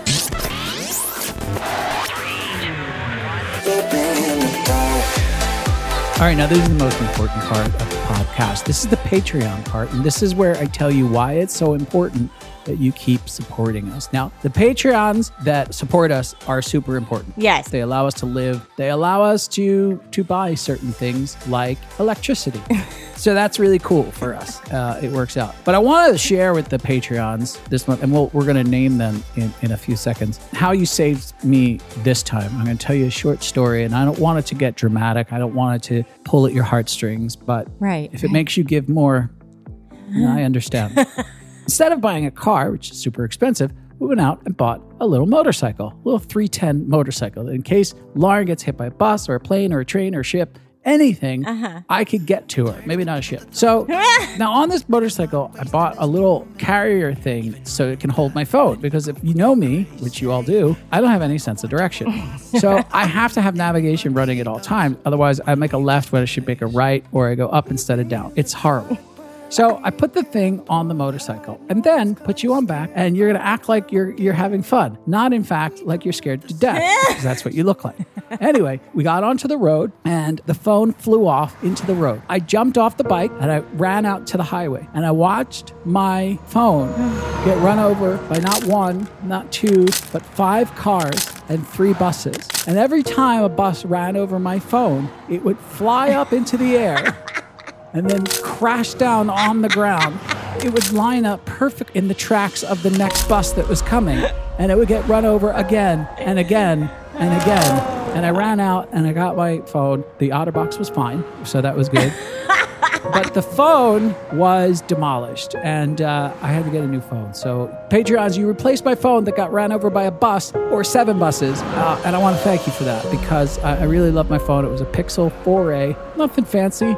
Speaker 4: All right, now this is the most important part of the podcast. This is the Patreon part, and this is where I tell you why it's so important that you keep supporting us. Now, the Patreons that support us are super important.
Speaker 5: Yes.
Speaker 4: They allow us to live. They allow us to to buy certain things like electricity. so that's really cool for us. Uh, it works out. But I want to share with the Patreons this month, and we'll, we're going to name them in, in a few seconds. How you saved me this time. I'm going to tell you a short story, and I don't want it to get dramatic. I don't want it to pull at your heartstrings. But
Speaker 5: Right.
Speaker 4: if it makes you give more, you know, I understand. Instead of buying a car, which is super expensive, we went out and bought a little motorcycle, a little 310 motorcycle. that In case Lauren gets hit by a bus or a plane or a train or a ship, anything, I could get to her. Maybe not a ship. So now on this motorcycle, I bought a little carrier thing so it can hold my phone because if you know me, which you all do, I don't have any sense of direction. so I have to have navigation running at all times. Otherwise, I make a left when I should make a right or I go up instead of down. It's horrible. So I put the thing on the motorcycle and then put you on back, and you're gonna act like you're you're having fun, not in fact like you're scared to death, 'cause that's what you look like. Anyway, we got onto the road, and the phone flew off into the road. I jumped off the bike and I ran out to the highway, and I watched my phone get run over by not one, not two, but five cars and three buses. And every time a bus ran over my phone, it would fly up into the air and then crash down on the ground. It would line up perfect in the tracks of the next bus that was coming, and it would get run over again and again and again. And I ran out and I got my phone. The OtterBox was fine, so that was good. but the phone was demolished, and uh, I had to get a new phone. So, Patreons, you replaced my phone that got ran over by a bus or seven buses, uh, and I want to thank you for that because I, I really love my phone. It was a Pixel 4A, nothing fancy,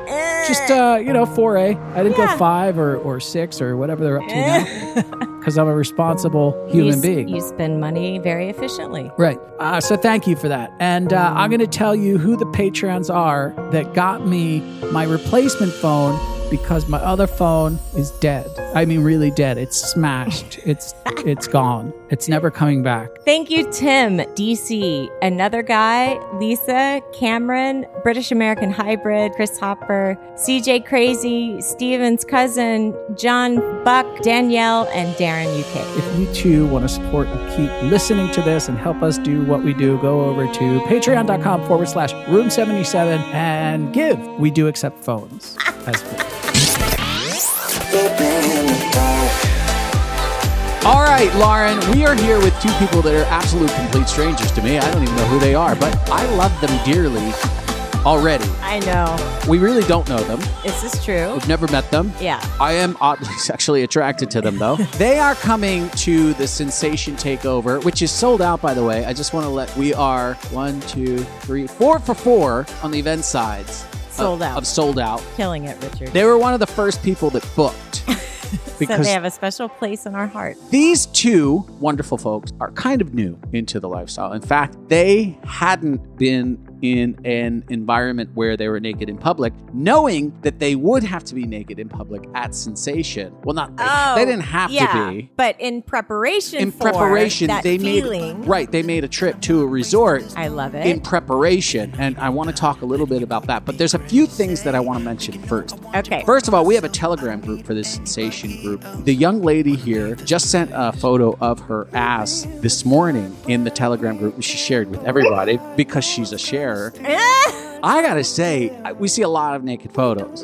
Speaker 4: just uh, you know 4A. I didn't go five or, or six or whatever they're up to now <laughs> because I'm a responsible human
Speaker 5: you,
Speaker 4: being.
Speaker 5: You spend money very efficiently.
Speaker 4: Right. Uh, so thank you for that. And uh, I'm going to tell you who the Patreons are that got me my replacement phone
Speaker 3: because my other phone is dead. I mean, really dead. It's smashed. It's it's gone. It's never coming back.
Speaker 5: Thank you, Tim, DC, another guy, Lisa, Cameron, British American Hybrid, Chris Hopper, CJ Crazy, Steven's cousin, John Buck, Danielle, and Darren UK.
Speaker 3: If you too want to support and keep listening to this and help us do what we do, go over to patreon.com forward slash room 77 and give. We do accept phones as well.
Speaker 4: All right, Lauren, we are here with two people that are absolute complete strangers to me. I don't even know who they are, but I love them dearly already.
Speaker 5: I know.
Speaker 4: We really don't know them.
Speaker 5: Is this true?
Speaker 4: We've never met them.
Speaker 5: Yeah.
Speaker 4: I am oddly <laughs> sexually attracted to
Speaker 5: <laughs>
Speaker 4: them, though. they are coming to the Sensation Takeover, which is sold out, by the way. I just want to let we are one, two, three, four for four on the event sides. of-
Speaker 5: Sold out.
Speaker 4: Of sold out.
Speaker 5: Killing it, Richard.
Speaker 4: They were one of the first people that booked.
Speaker 5: <laughs> so they have a special place in our heart.
Speaker 4: These two wonderful folks are kind of new into the lifestyle. In fact, they hadn't been in an environment where they were naked in public, knowing that they would have to be naked in public at sensation. Well, not they, they didn't have to be.
Speaker 5: But in preparation
Speaker 4: In
Speaker 5: Oh, for
Speaker 4: preparation,
Speaker 5: that
Speaker 4: they
Speaker 5: feeling-
Speaker 4: made right. They made a trip to a resort
Speaker 5: I love it.
Speaker 4: in preparation, and I want to talk a little bit about that. But there's a few things that I want to mention first.
Speaker 5: okay.
Speaker 4: First of all, we have a Telegram group for this sensation group. The young lady here just sent a photo of her ass this morning in the Telegram group, which she shared with everybody because she's a sharer. I gotta say, I- we see a lot of naked photos.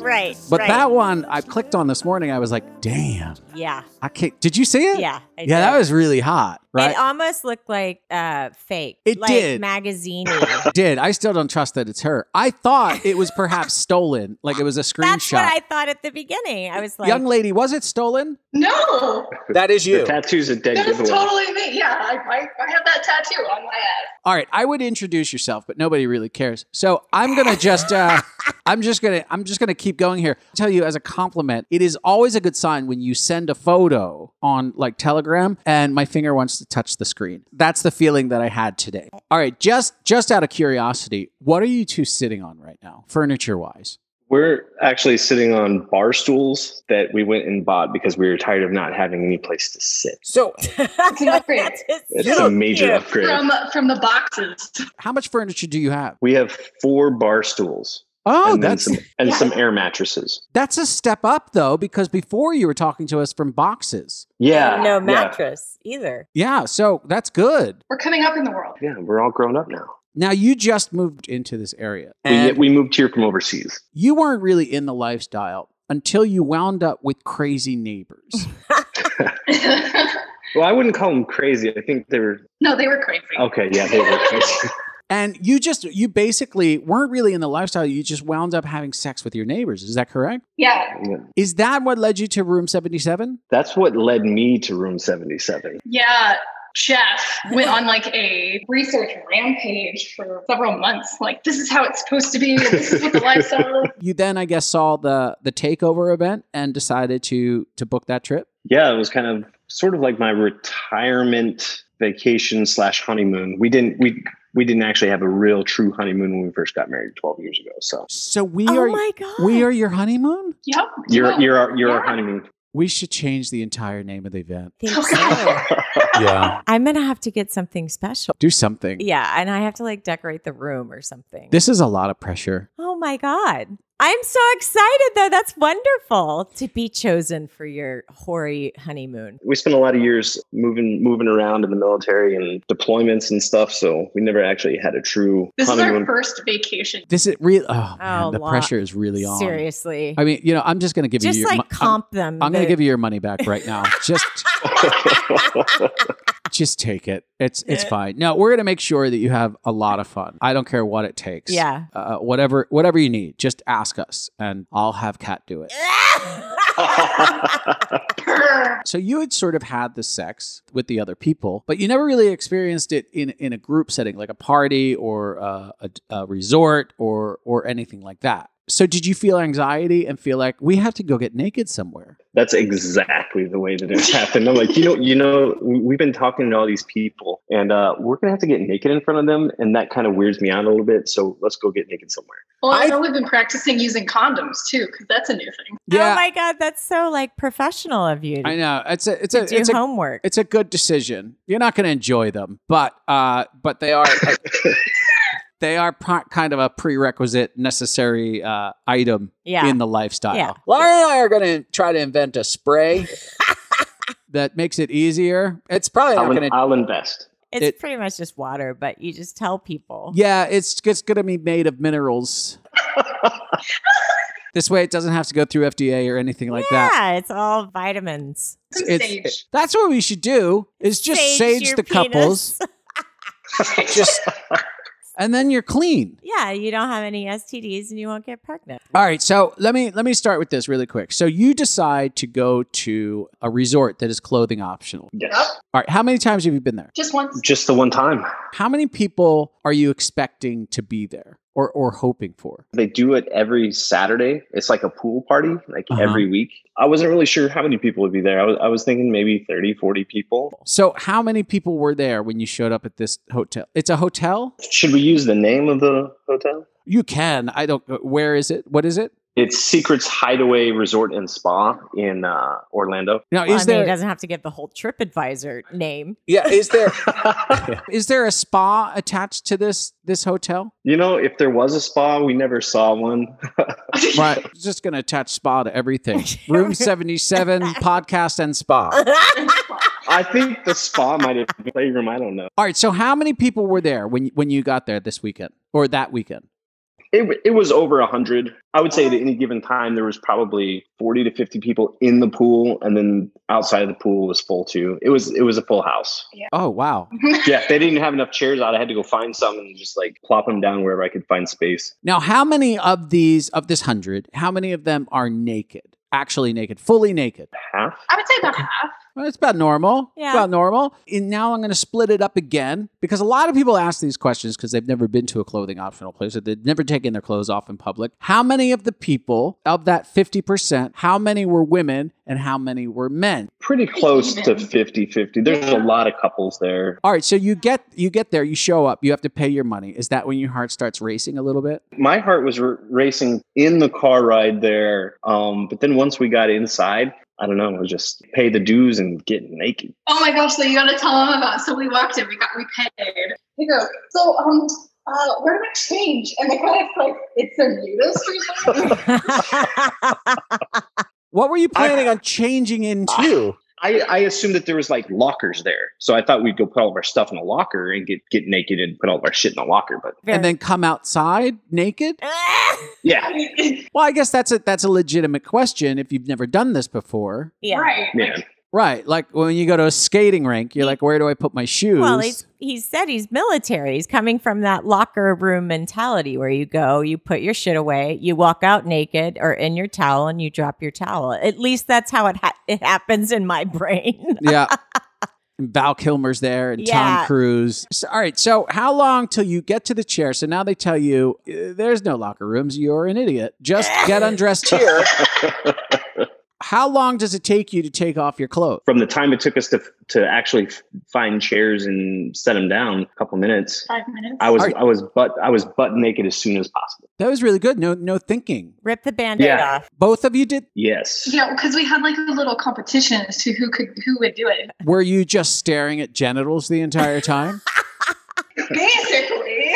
Speaker 5: <laughs> right.
Speaker 4: But
Speaker 5: right.
Speaker 4: that one I clicked on this morning, I was like, damn,
Speaker 5: Yeah.
Speaker 4: I can't. Did you see it?
Speaker 5: Yeah, I
Speaker 4: yeah, that
Speaker 5: did.
Speaker 4: was really hot, right?
Speaker 5: It almost looked like uh, fake.
Speaker 4: It
Speaker 5: like
Speaker 4: did. <laughs>
Speaker 5: Magazine.
Speaker 4: I did. I still don't trust that it's her. I thought it was perhaps stolen, like it was
Speaker 5: <laughs>
Speaker 4: a
Speaker 5: That's
Speaker 4: screenshot.
Speaker 5: what I thought at the beginning. I was like, <laughs>
Speaker 4: Young lady, was it stolen?
Speaker 7: No,
Speaker 4: That is you.
Speaker 8: The tattoo's a dead
Speaker 7: that is
Speaker 8: giveaway.
Speaker 7: totally me. Yeah, I, I, I have that tattoo on my ass.
Speaker 4: All right, I would introduce yourself, but nobody really cares. So I'm gonna just, uh, I'm just gonna, I'm just gonna keep going here. tell you as a compliment, it is always a good sign when you send a photo on like Telegram, and my finger wants to touch the screen. That's the feeling that I had today. All right, just, just out of curiosity, what are you two sitting on right now, furniture wise?
Speaker 8: We're actually sitting on bar stools that we went and bought because we were tired of not having any place to sit.
Speaker 4: So,
Speaker 5: That's
Speaker 7: an upgrade.
Speaker 5: just
Speaker 8: It's
Speaker 5: so
Speaker 8: a major
Speaker 5: cute.
Speaker 8: upgrade.
Speaker 7: From from the boxes.
Speaker 4: <laughs> how much furniture do you have?
Speaker 8: we have four bar stools.
Speaker 4: Oh,
Speaker 8: and then
Speaker 4: that's
Speaker 8: some, and
Speaker 7: yeah.
Speaker 8: some air mattresses.
Speaker 4: that's a step up though, because before you were talking to us from boxes.
Speaker 8: Yeah,
Speaker 5: And no
Speaker 8: yeah,
Speaker 5: mattress either.
Speaker 4: Yeah, so that's good.
Speaker 7: We're coming up in the world. <laughs>
Speaker 8: Yeah, we're all grown up now.
Speaker 4: Now you just moved into this area.
Speaker 8: We,
Speaker 4: And
Speaker 8: we moved here from overseas.
Speaker 4: you weren't really in the lifestyle until you wound up with crazy
Speaker 8: <laughs>
Speaker 4: neighbors.
Speaker 8: Well, I wouldn't call them crazy. I think they were
Speaker 7: no, they were crazy.
Speaker 8: okay. Yeah, they <laughs> were crazy.
Speaker 4: and you just you basically weren't really in the lifestyle, you just wound up having sex with your neighbors. Is that correct?
Speaker 7: Yeah,
Speaker 8: Yeah.
Speaker 4: Is that what led you to room 77?
Speaker 8: That's what led me to room seventy-seven.
Speaker 7: yeah. Jeff went on like a research rampage for several months. Like, this is how it's supposed to be. and This is what the lifestyle
Speaker 8: <laughs>
Speaker 7: is.
Speaker 4: You then I guess saw the the takeover event and decided to to book that trip.
Speaker 8: Yeah, it was kind of sort of like my retirement vacation slash honeymoon. We didn't we we didn't actually have a real true honeymoon when we first got married twelve years ago. So
Speaker 4: So we
Speaker 5: oh
Speaker 4: are
Speaker 5: my god.
Speaker 4: we are your honeymoon?
Speaker 7: Yep.
Speaker 8: you're
Speaker 7: yep.
Speaker 8: you're our, you're our
Speaker 7: Yeah.
Speaker 8: honeymoon. <laughs>
Speaker 4: We should change the entire name of the event.
Speaker 5: I think so.
Speaker 4: Yeah.
Speaker 5: I'm gonna have to get something special.
Speaker 4: Do something.
Speaker 5: Yeah, and I have to like decorate the room or something.
Speaker 4: This is a lot of pressure.
Speaker 5: oh my god. I'm so excited though. That's wonderful to be chosen for your hoary honeymoon.
Speaker 8: we spent a lot of years moving moving around in the military and deployments and stuff. So we never actually had a true
Speaker 7: This is
Speaker 8: honeymoon.
Speaker 7: our first vacation.
Speaker 4: This is real. Oh, man,
Speaker 5: Oh,
Speaker 4: the
Speaker 5: lot-
Speaker 4: pressure is really on.
Speaker 5: Seriously.
Speaker 4: I mean, you know, I'm just going to give
Speaker 5: just
Speaker 4: you your
Speaker 5: like
Speaker 4: mo- I'm-
Speaker 5: comp them.
Speaker 4: I'm, going
Speaker 5: <laughs>
Speaker 4: to give you your money back right now. just just take it. It's it's fine. No, we're going to make sure that you have a lot of fun. I don't care what it takes.
Speaker 5: Yeah.
Speaker 4: Uh, whatever whatever you need, just ask us and I'll have Kat do it.
Speaker 5: Oh
Speaker 8: <laughs>
Speaker 7: Brr.
Speaker 4: So you had sort of had the sex with the other people, but you never really experienced it in in a group setting like a party or uh, a, a resort or or anything like that. So did you feel anxiety and feel like we have to go get naked somewhere?
Speaker 8: That's exactly the way that it happened. I'm like, you know, you know, we've been talking to all these people, and uh, we're gonna have to get naked in front of them, and that kind of weirds me out a little bit. So let's go get naked somewhere.
Speaker 7: Well, I,
Speaker 4: I-
Speaker 7: know we've been practicing using condoms too, because that's a new thing.
Speaker 5: Oh my God, that's so like professional of you to,
Speaker 4: I know. It's a it's
Speaker 5: to
Speaker 4: a
Speaker 5: do
Speaker 4: it's a,
Speaker 5: homework.
Speaker 4: it's a good decision. You're not going to enjoy them, but uh, but they are they are pro- kind of a prerequisite necessary uh, item
Speaker 5: yeah.
Speaker 4: in the lifestyle.
Speaker 5: Yeah.
Speaker 4: Lauren and I are going to try to invent a spray <laughs> that makes it easier. It's probably not
Speaker 8: I'll,
Speaker 4: going to
Speaker 8: I'll invest.
Speaker 5: it's
Speaker 4: it-
Speaker 5: pretty much just water, but you just tell people.
Speaker 4: Yeah, it's it's going to be made
Speaker 5: <laughs>
Speaker 4: of minerals. this way, it doesn't have to go through FDA or anything like that.
Speaker 5: Yeah, it's all vitamins.
Speaker 7: Some
Speaker 4: It's-
Speaker 7: sage.
Speaker 4: it- that's what we should do: is just
Speaker 5: Sage
Speaker 4: sage,
Speaker 5: your
Speaker 4: the couples, <laughs> just and then you're clean.
Speaker 5: <laughs> Yeah, you don't have any STDs and you won't get pregnant.
Speaker 4: All right, so let me let me start with this really quick. So you decide to go to a resort that is clothing optional.
Speaker 8: Yes,
Speaker 4: All right, how many times have you been there?
Speaker 7: Just once.
Speaker 8: just the one time.
Speaker 4: How many people are you expecting to be there or or hoping for?
Speaker 8: They do it every Saturday. It's like a pool party, like
Speaker 4: Uh-huh.
Speaker 8: every week. I wasn't really sure how many people would be there. I was, I was thinking maybe 30, 40 people.
Speaker 4: So how many people were there when you showed up at this hotel? It's a hotel?
Speaker 8: Should we use the name of the hotel?
Speaker 4: You can. I don't. uh, Where is it? What is it?
Speaker 8: It's Secrets Hideaway Resort and Spa in uh,
Speaker 4: <laughs>
Speaker 8: Orlando.
Speaker 4: Now,
Speaker 5: Well, I
Speaker 4: is
Speaker 5: mean, it
Speaker 4: there?
Speaker 5: doesn't have to give the whole TripAdvisor name. <laughs>
Speaker 4: Yeah, is there? is there a spa attached to this this hotel?
Speaker 8: You know, if there was a spa, we never saw one.
Speaker 5: <laughs>
Speaker 4: Right. Just gonna attach spa to everything. Room seventy seven, podcast
Speaker 5: <laughs>
Speaker 4: and spa.
Speaker 8: I think the spa might have been a playroom. I don't know.
Speaker 4: All right. So, how many people were there when when you got there this weekend or that weekend?
Speaker 8: It, it was over 100. I would say at any given time, there was probably 40 to 50 people in the pool. And then outside of the pool was full too. It was, it was a full house.
Speaker 4: Oh wow.
Speaker 8: Yeah. They didn't have enough chairs out. I had to go find some and just like plop them down wherever I could find space.
Speaker 4: Now, how many of these of this hundred? How many of them are naked? Actually naked, fully naked.
Speaker 8: Half.
Speaker 7: I would say about half.
Speaker 4: Well, it's about normal.
Speaker 5: Yeah.
Speaker 4: About normal. And now I'm going to split it up again because a lot of people ask these questions because they've never been to a clothing optional place or they've never taken their clothes off in public. How many of the people of that 50%, how many were women and how many were men?
Speaker 8: Pretty close to
Speaker 7: even.
Speaker 8: 50 50. There's a lot of couples there.
Speaker 4: All right, so you get you get there, you show up, you have to pay your money. Is that when your heart starts racing a little bit?
Speaker 8: my heart was r- racing in the car ride there. Um, but then once we got inside, I don't know, it was just pay the dues and get naked.
Speaker 7: Oh my gosh, so you gotta tell them about. So we walked in, we got we paid. They go, so um uh, where do I change? And they kind of like, it's their nudist or something.
Speaker 5: <laughs>
Speaker 4: What were you planning on changing into?
Speaker 8: I, I assumed that there was like lockers there. So I thought we'd go put all of our stuff in a locker and get, get naked and put all of our shit in the locker. But
Speaker 4: and then come outside naked?
Speaker 8: yeah,
Speaker 4: Well, I guess that's a that's a legitimate question if you've never done this before.
Speaker 5: <laughs> yeah.
Speaker 7: Right.
Speaker 8: man.
Speaker 4: Right. Like when you go to a skating rink, you're like, where do I put my shoes?
Speaker 5: Well, he's, he said he's military. He's coming from that locker room mentality where you go, you put your shit away, you walk out naked or in your towel, and you drop your towel. At least that's how it ha- it happens in my <laughs> brain. <laughs>
Speaker 4: yeah. And Val Kilmer's there and
Speaker 5: Yeah.
Speaker 4: Tom Cruise. So, all right. So, how long till you get to the chair? So now they tell you "Uh, there's no locker rooms. You're an idiot.
Speaker 5: <laughs>
Speaker 4: Just get undressed here. how long does it take you to take off your clothes?
Speaker 8: From the time it took us to to actually f- find chairs and set them down, a couple minutes.
Speaker 7: Five minutes.
Speaker 8: I was
Speaker 4: Are-
Speaker 8: I was butt I was butt naked as soon as possible.
Speaker 4: That was really good. No, no thinking.
Speaker 5: Rip the band aid
Speaker 8: Yeah.
Speaker 5: off.
Speaker 4: Both of you did.
Speaker 8: Yes.
Speaker 7: yeah, because we had like a little competition as to who could who would do it.
Speaker 4: Were you just staring at genitals the entire time?
Speaker 7: Basically.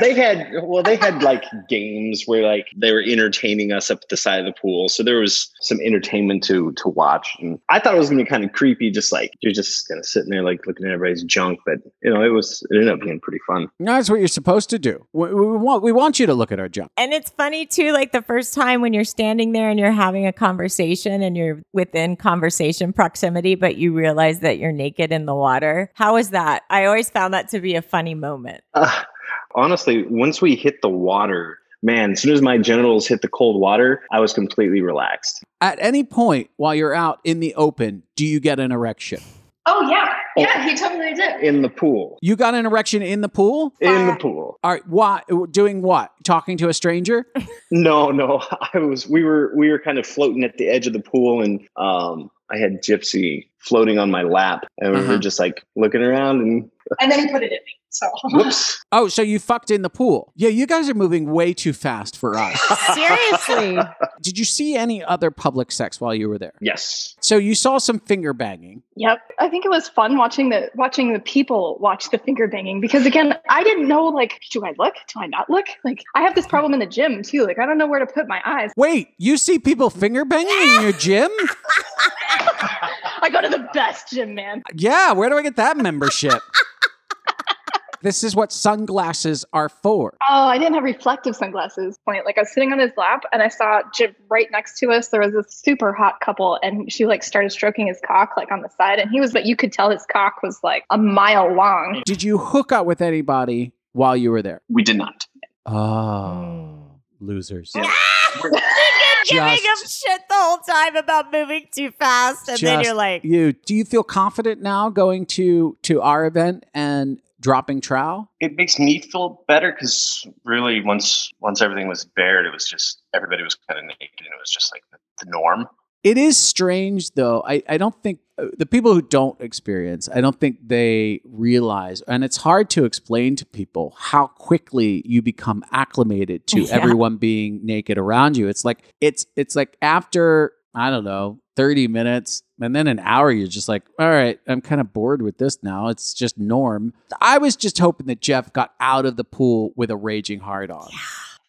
Speaker 8: they had well they had like games where like they were entertaining us up at the side of the pool so there was some entertainment to to watch and i thought it was gonna be kind of creepy just like you're just kind of sitting there like looking at everybody's junk but you know it was it ended up being pretty fun <sighs>
Speaker 4: no, that's what you're supposed to do. We, we want we want you to look at our junk.
Speaker 5: And it's funny too, like the first time when you're standing there and you're having a conversation and you're within conversation proximity, but you realize that you're naked in the water. How is that? I always found that to be a funny moment.
Speaker 8: Ah, honestly once we hit the water man as soon as my genitals hit the cold water i was completely relaxed
Speaker 4: At any point while you're out in the open, do you get an erection?
Speaker 7: oh yeah. Yeah, he totally did.
Speaker 8: in the pool.
Speaker 4: You got an erection in the pool?
Speaker 8: In the pool.
Speaker 4: All right, why? Doing what? Talking to a stranger?
Speaker 8: No, no. <laughs> I was we were we were kind of floating at the edge of the pool and um I had Gypsy floating on my lap and we
Speaker 4: Uh-huh.
Speaker 8: were just like looking around and
Speaker 7: And then he put it in me. So
Speaker 8: whoops.
Speaker 4: Oh, so you fucked in the pool? Yeah, you guys are moving way too fast for us.
Speaker 5: Seriously.
Speaker 4: Did you see any other public sex while you were there?
Speaker 8: yes.
Speaker 4: So you saw some finger banging.
Speaker 7: Yep. I think it was fun watching the watching the people watch the finger banging because again, I didn't know like, do I look? Do I not look? Like I have this problem in the gym too. Like I don't know where to put my eyes.
Speaker 4: Wait, you see people finger banging in your gym?
Speaker 7: I go to the best gym, man.
Speaker 4: Yeah, where do I get that membership? this is what sunglasses are for.
Speaker 7: Oh, I didn't have reflective sunglasses. Point. Like I was sitting on his lap and I saw Jim right next to us. There was this super hot couple and she like started stroking his cock like on the side and he was but you could tell his cock was like a mile long.
Speaker 4: Did you hook up with anybody while you were there?
Speaker 8: We did not.
Speaker 4: Oh, losers.
Speaker 5: giving him
Speaker 4: Just-
Speaker 5: shit the whole time about moving too fast, and then
Speaker 4: Just
Speaker 5: you're like,
Speaker 4: you do you feel confident now going to to our event and dropping trowel?
Speaker 9: it makes me feel better because really once once everything was bared it was just everybody was kind of naked and it was just like the, the norm
Speaker 4: It is strange though. I, I don't think uh, the people who don't experience, I don't think they realize, and it's hard to explain to people how quickly you become acclimated to
Speaker 5: Yeah.
Speaker 4: everyone being naked around you. It's like it's it's like after I don't know thirty minutes, and then an hour, you're just like, all right, I'm kind of bored with this now. It's just norm. I was just hoping that Jeff got out of the pool with a raging heart on.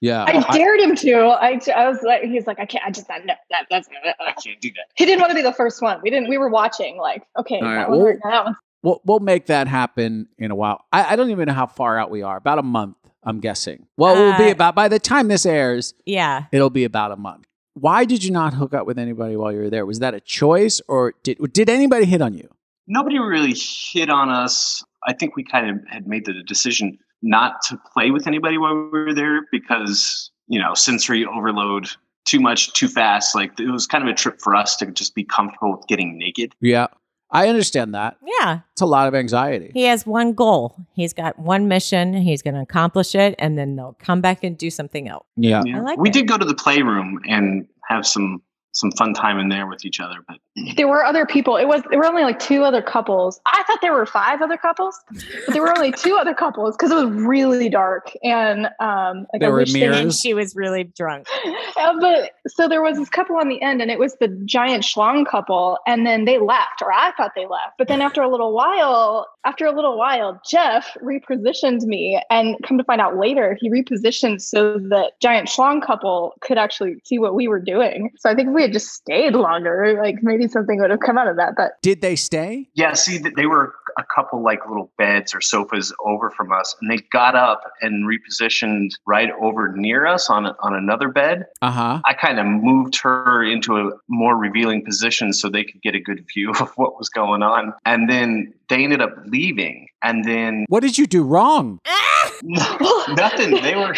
Speaker 4: Yeah,
Speaker 7: I dared him to. I, I was like, he was like, I can't. I just I no, that, that's
Speaker 9: i can't do that
Speaker 7: He didn't want to be the first one. We didn't. We were watching. Like, okay,
Speaker 4: All right,
Speaker 7: that one,
Speaker 4: well-
Speaker 7: right now, that one.
Speaker 4: We'll, we'll make that happen in a while. I, I don't even know how far out we are. About a month, I'm guessing. Well, it will be
Speaker 5: Uh,
Speaker 4: about, by the time this airs,
Speaker 5: yeah.
Speaker 4: it'll be about a month. Why did you not hook up with anybody while you were there? Was that a choice or did, did anybody hit on you?
Speaker 9: nobody really hit on us i think we kind of had made the decision not to play with anybody while we were there because you know sensory overload too much too fast like it was kind of a trip for us to just be comfortable with getting naked
Speaker 4: Yeah. I understand that.
Speaker 5: Yeah.
Speaker 4: It's a lot of anxiety.
Speaker 5: He has one goal. He's got one mission. He's going to accomplish it, and then they'll come back and do something else.
Speaker 4: Yeah.
Speaker 9: Yeah.
Speaker 5: I like
Speaker 9: we
Speaker 5: it.
Speaker 9: did go to the playroom and have some some fun time in there with each other but
Speaker 7: There were other people. It was. There were only like two other couples. I thought there were five other couples, but there were only two other couples because it was really dark and um. Like
Speaker 4: There
Speaker 7: I
Speaker 4: were
Speaker 7: wish they-
Speaker 4: mirrors.
Speaker 5: And she was really drunk.
Speaker 7: Uh, but so there was this couple on the end, and it was the giant schlong couple, and then they left, or I thought they left. But then after a little while, after a little while, Jeff repositioned me, and come to find out later, he repositioned so that giant schlong couple could actually see what we were doing. So I think if we had just stayed longer, like maybe something would have come out of that. But <laughs>
Speaker 4: Did they stay?
Speaker 9: Yeah, see, th- they were a couple like little beds or sofas over from us, and they got up and repositioned right over near us on on another bed.
Speaker 4: Uh huh.
Speaker 9: I kind of moved her into a more revealing position so they could get a good view of <laughs> what was going on, and then they ended up leaving, and then <laughs>
Speaker 4: What did you do wrong?
Speaker 9: nothing. They were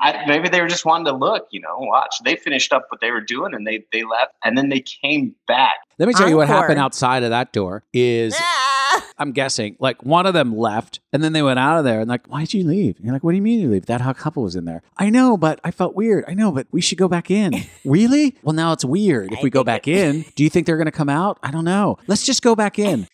Speaker 9: I, maybe they were just wanting to look, you know, watch. They finished up what they were doing, and they they left, and then they came back.
Speaker 4: Let me tell you what
Speaker 5: Encore.
Speaker 4: happened outside of that door is
Speaker 5: <laughs>
Speaker 4: I'm guessing, like one of them left and then they went out of there and like, why'd you leave? And you're like, what do you mean you leave? That hot couple was in there. I know, but I felt weird. I know, but we should go
Speaker 5: <laughs>
Speaker 4: back in. really? Well, now it's weird. If we go back in, do you think they're going to come out? I don't know. Let's just go
Speaker 5: <laughs>
Speaker 4: back in.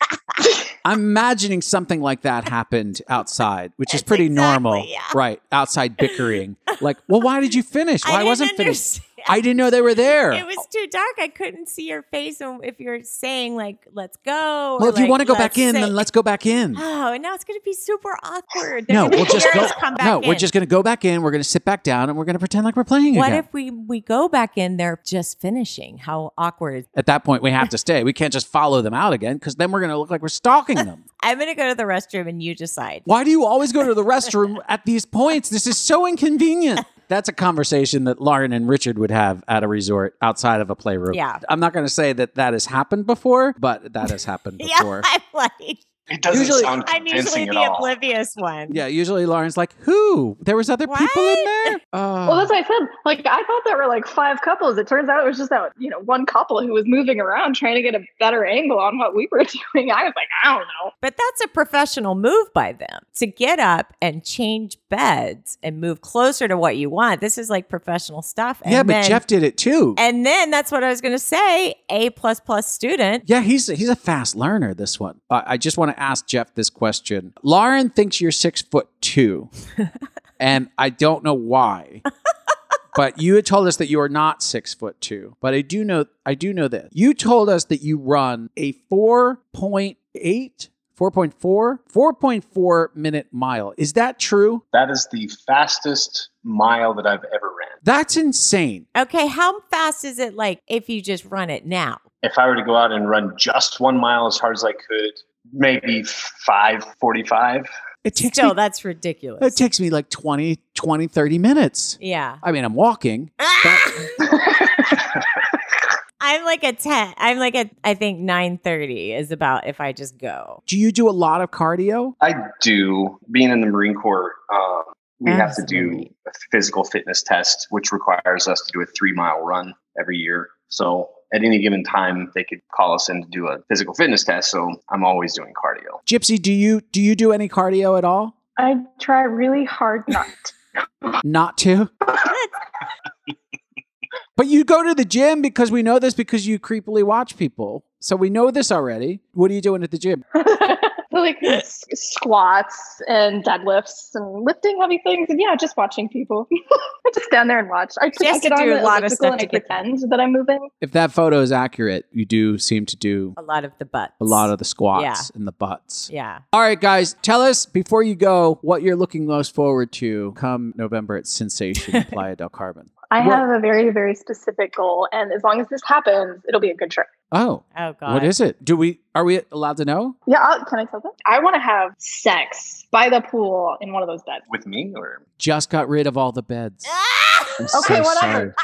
Speaker 4: I'm imagining something like that happened outside, which is
Speaker 5: That's
Speaker 4: pretty
Speaker 5: exactly,
Speaker 4: normal.
Speaker 5: yeah.
Speaker 4: Right. Outside
Speaker 5: <laughs>
Speaker 4: bickering. Like, well, why did you finish? Well, I,
Speaker 5: didn't
Speaker 4: wasn't finished.
Speaker 5: understand.
Speaker 4: I didn't know they were there.
Speaker 5: It was too dark. I couldn't see your face. And if you're saying like, "Let's go," or,
Speaker 4: well, if you
Speaker 5: like,
Speaker 4: want to go back
Speaker 5: "Let's
Speaker 4: in,
Speaker 5: say-
Speaker 4: then let's go back in.
Speaker 5: Oh, and now it's going to be super awkward. They're
Speaker 4: No,
Speaker 5: gonna
Speaker 4: we'll just
Speaker 5: hear
Speaker 4: go.
Speaker 5: us come back
Speaker 4: No, we're
Speaker 5: in.
Speaker 4: just going to go back in. We're going to sit back down and we're going to pretend like we're playing
Speaker 5: What
Speaker 4: again.
Speaker 5: if we we go back in? They're just finishing. How awkward!
Speaker 4: At that point, we have to stay. We can't just follow them out again because then we're going to look like we're
Speaker 5: <laughs>
Speaker 4: stalking them.
Speaker 5: I'm going to go to the restroom, and you decide.
Speaker 4: Why do you always go to the restroom at these points? This is
Speaker 5: <laughs>
Speaker 4: so inconvenient. That's a conversation that Lauren and Richard would have at a resort outside of a playroom.
Speaker 5: Yeah.
Speaker 4: I'm not going to say that that has happened before, but that has happened
Speaker 5: <laughs> Yeah,
Speaker 4: before.
Speaker 5: I'm like,
Speaker 9: It doesn't
Speaker 4: Usually-
Speaker 9: sound
Speaker 5: I'm
Speaker 9: convincing
Speaker 5: usually
Speaker 9: at
Speaker 5: the
Speaker 9: all.
Speaker 5: oblivious one.
Speaker 4: Yeah, usually Lauren's like, who? There was other people in there?
Speaker 7: Well, that's what I said. Like, I thought there were like five couples. It turns out it was just that, you know, one couple who was moving around trying to get a better angle on what we were <laughs> doing. I was like, I don't know.
Speaker 5: But that's a professional move by them to get up and change beds and move closer to what you want. This is like professional stuff. And
Speaker 4: yeah, but
Speaker 5: then-
Speaker 4: Jeff did it too.
Speaker 5: And then that's what I was going to say. A plus plus student.
Speaker 4: Yeah, he's he's a fast learner. This one. Uh, I just want to ask Jeff this question. Lauren thinks you're six foot two, and I don't know why. But you had told us that you are not six foot two. But I do know I do know this. You told us that you run a 4.8, 4.4, 4.4 minute mile. Is that true?
Speaker 9: That is the fastest mile that I've ever ran.
Speaker 4: That's insane.
Speaker 5: Okay, how fast is it like if you just run it
Speaker 4: <laughs>
Speaker 5: now?
Speaker 9: If I were to go out and run just one mile as hard as I could, maybe five
Speaker 5: <laughs>
Speaker 9: forty-five.
Speaker 4: It takes
Speaker 5: Still,
Speaker 4: me,
Speaker 5: that's
Speaker 4: it
Speaker 5: ridiculous.
Speaker 4: takes me like 20, 20, 30 minutes.
Speaker 5: yeah.
Speaker 4: I mean, I'm walking.
Speaker 5: <laughs> I'm like a 10. I'm like a, I think 930 is about if I just go.
Speaker 4: Do you do a lot of cardio?
Speaker 9: I do. Being in the Marine Corps, um, we have to do
Speaker 5: Absolutely.
Speaker 9: a physical fitness test, which requires us to do a three mile run every year. So at any given time, they could call us in to do a physical fitness test. So I'm always doing cardio.
Speaker 4: Gypsy, do you do you do any cardio at all?
Speaker 7: I try really hard not. to.
Speaker 4: Not to. but you go to the gym because we know this because you creepily watch people. So we know this already. What are you doing at the gym?
Speaker 7: <laughs> like s- squats and deadlifts and lifting heavy things and yeah just watching people <laughs> i just stand there and watch i, I
Speaker 5: Just
Speaker 7: get on
Speaker 5: do a
Speaker 7: the
Speaker 5: lot of
Speaker 7: elliptical
Speaker 5: stuff
Speaker 7: and i
Speaker 5: to get-
Speaker 7: pretend that i'm moving
Speaker 4: If that photo is accurate, you do seem to do
Speaker 5: A lot of the butts.
Speaker 4: a lot of the squats
Speaker 5: Yeah.
Speaker 4: and the butts.
Speaker 5: Yeah.
Speaker 4: All right, guys, tell us before you go what you're looking most forward to come November at Sensation in Playa del Carmen.
Speaker 7: i
Speaker 4: What-
Speaker 7: have a very very specific goal and as long as this happens it'll be a good trip
Speaker 4: Oh,
Speaker 5: Oh, God.
Speaker 4: what is it? Do we are we allowed to know?
Speaker 7: yeah I'll, can i tell that i want to have sex by the pool in one of those beds
Speaker 9: With me or
Speaker 4: Just got rid of all the beds. I'm so sorry.
Speaker 7: okay whatever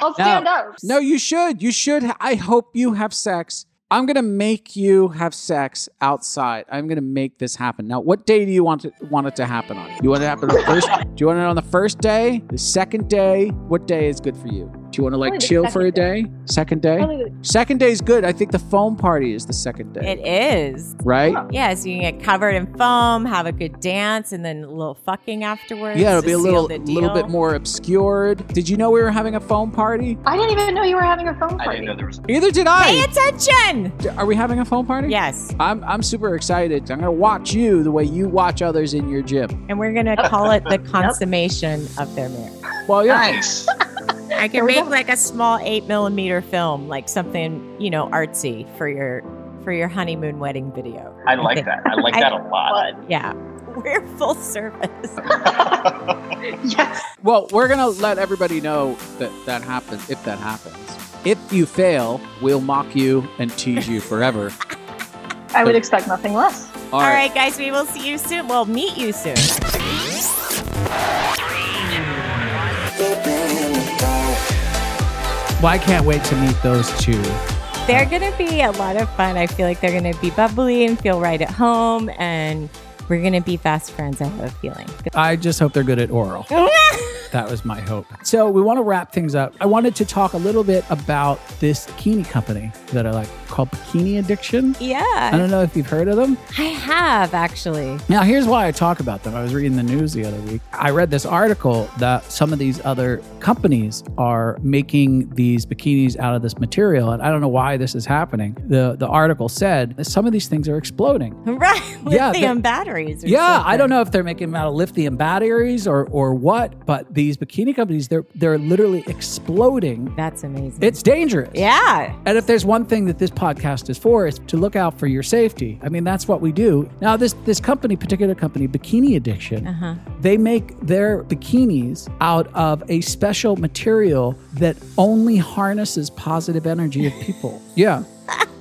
Speaker 7: i'll stand up
Speaker 4: No, you should. You should. ha- I hope you have sex. I'm gonna make you have sex outside. I'm gonna make this happen. Now, what day do you want it want it to happen on? You want it to happen on the first? do you want it on the first day? The second day? What day is good for you? Do you want to like
Speaker 7: Probably the
Speaker 4: chill for a
Speaker 7: second
Speaker 4: day? Second day?
Speaker 7: Probably the-
Speaker 4: Second day is good. I think the foam party is the second day,
Speaker 5: It is.
Speaker 4: right?
Speaker 5: Yeah, so you can get covered in foam, have a good dance, and then a little fucking afterwards.
Speaker 4: Yeah, it'll
Speaker 5: to
Speaker 4: be a
Speaker 5: seal
Speaker 4: little
Speaker 5: the
Speaker 4: little bit
Speaker 5: deal.
Speaker 4: more obscured. Did you know we were having a foam party?
Speaker 7: i didn't even know you were having a phone
Speaker 9: I didn't
Speaker 7: party
Speaker 9: know there was.
Speaker 4: Neither did
Speaker 5: Pay
Speaker 4: I.
Speaker 5: attention.
Speaker 4: Are we having a foam party?
Speaker 5: Yes,
Speaker 4: I'm, I'm super excited. I'm going to watch you the way you watch others in your gym.
Speaker 5: and we're gonna call it
Speaker 4: <laughs>
Speaker 5: the consummation of their marriage.
Speaker 4: Well, yeah.
Speaker 9: Nice.
Speaker 5: I can make like a small eight millimeter film, like something you know artsy for your for your honeymoon wedding video.
Speaker 9: I like that. I like that a lot.
Speaker 7: but
Speaker 5: Yeah, <laughs> we're full service.
Speaker 7: yes
Speaker 4: Well, we're going to let everybody know that that happens if that happens. If you fail, we'll mock you and tease you <laughs> forever.
Speaker 7: i would expect nothing less
Speaker 5: All
Speaker 4: All right.
Speaker 5: right, guys, we will see you soon. We'll meet you soon.
Speaker 3: Well, I can't wait to meet those two.
Speaker 5: They're going to be a lot of fun. I feel like they're going to be bubbly and feel right at home. And we're going to be fast friends. I have a
Speaker 3: <laughs>
Speaker 5: feeling.
Speaker 3: I just hope they're good at oral. That was my hope. So we want to wrap things up. I wanted to talk a little bit about this bikini company that I like called Bikini Addiction. I
Speaker 5: yeah,
Speaker 3: don't know if you've heard of them.
Speaker 5: I have actually.
Speaker 3: Now, here's why I talk about them. I was reading the news the other week. I read this article that some of these other companies are making these bikinis out of this material, and I don't know why this is happening. the The article said that some of these things are exploding.
Speaker 5: <laughs> Right.
Speaker 3: Yeah,
Speaker 5: Lithium batteries. Or
Speaker 3: Yeah, I
Speaker 5: something.
Speaker 3: don't know if they're making them out of lithium batteries or or what, but these bikini companies they're they're literally exploding.
Speaker 5: That's amazing.
Speaker 3: It's dangerous.
Speaker 5: yeah.
Speaker 3: And if there's one thing that this podcast is for, is to look out for your safety. I mean, that's what we do. Now, this this company, particular company, Bikini Addiction,
Speaker 5: Uh-huh.
Speaker 3: they make their bikinis out of a special material that only harnesses positive energy of people. yeah.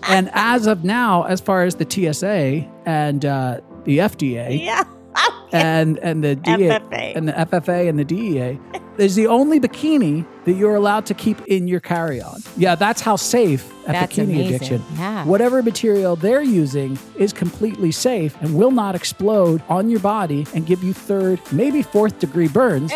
Speaker 3: And as of now, as far as the TSA and uh, the FDA,
Speaker 5: Yeah. <laughs>
Speaker 4: and and the DEA
Speaker 5: FFA.
Speaker 4: and the FFA and the DEA is the only bikini that you're allowed to keep in your carry-on. Yeah, that's how safe a
Speaker 5: That's
Speaker 4: bikini
Speaker 5: amazing.
Speaker 4: addiction.
Speaker 5: Yeah.
Speaker 4: Whatever material they're using is completely safe and will not explode on your body and give you third, maybe fourth degree burns.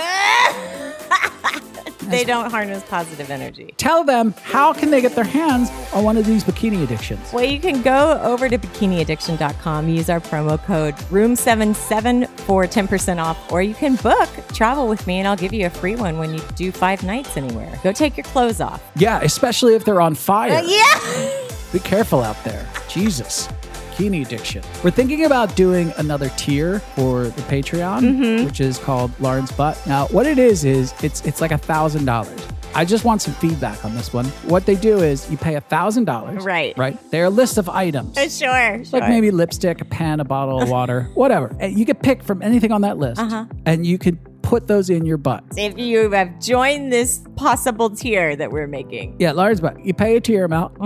Speaker 5: they don't harness positive energy.
Speaker 4: Tell them how can they get their hands on one of these bikini addictions.
Speaker 5: Well, you can go over to bikiniaddiction.com, use our promo code room77 for 10% off, or you can book travel with me and I'll give you a free one when you do five nights anywhere. Go take your clothes off.
Speaker 4: Yeah, especially if they're on fire.
Speaker 5: Uh, Yeah.
Speaker 4: Be careful out there. Jesus. Bikini addiction. We're thinking about doing another tier for the Patreon, which is called Lauren's Butt. Now, what it is is it's it's like a thousand dollars. I just want some feedback on this one. What they do is you pay a thousand dollars.
Speaker 5: Right.
Speaker 4: Right. There are lists of items.
Speaker 5: Sure.
Speaker 4: Like maybe lipstick, a pen, a bottle of water, whatever. And you could pick from anything on that list. And you could put those in your butt.
Speaker 5: If you have joined this possible tier that we're making,
Speaker 4: Yeah, Lauren's butt. You pay a tier amount.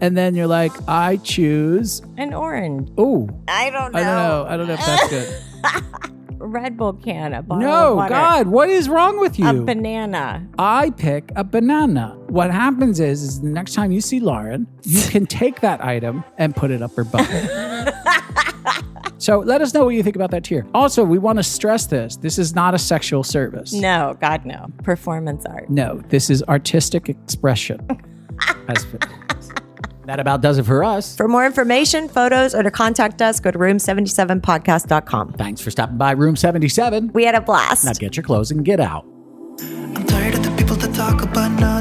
Speaker 4: And then you're like, I choose.
Speaker 5: an orange.
Speaker 4: Oh,
Speaker 5: I don't know.
Speaker 4: I don't know. I don't know if that's good.
Speaker 5: <laughs> Red Bull can, a bottle of
Speaker 4: No,
Speaker 5: water,
Speaker 4: God, what is wrong with
Speaker 5: a
Speaker 4: you?
Speaker 5: banana.
Speaker 4: I pick a banana. What happens is, is the next time you see Lauren, you
Speaker 5: <laughs>
Speaker 4: can take that item and put it up her butt. so let us know what you think about that tier. Also, we want to stress this: this is not a sexual service.
Speaker 5: No, God, no. Performance art.
Speaker 4: No, this is
Speaker 5: <laughs>
Speaker 4: artistic expression. As- that about does it for us.
Speaker 10: For more information, photos, or to contact us, go to room77podcast.com.
Speaker 4: Thanks for stopping by Room 77.
Speaker 10: We had a blast.
Speaker 4: Now get your clothes and get out.
Speaker 11: I'm tired of the people that talk about nothing.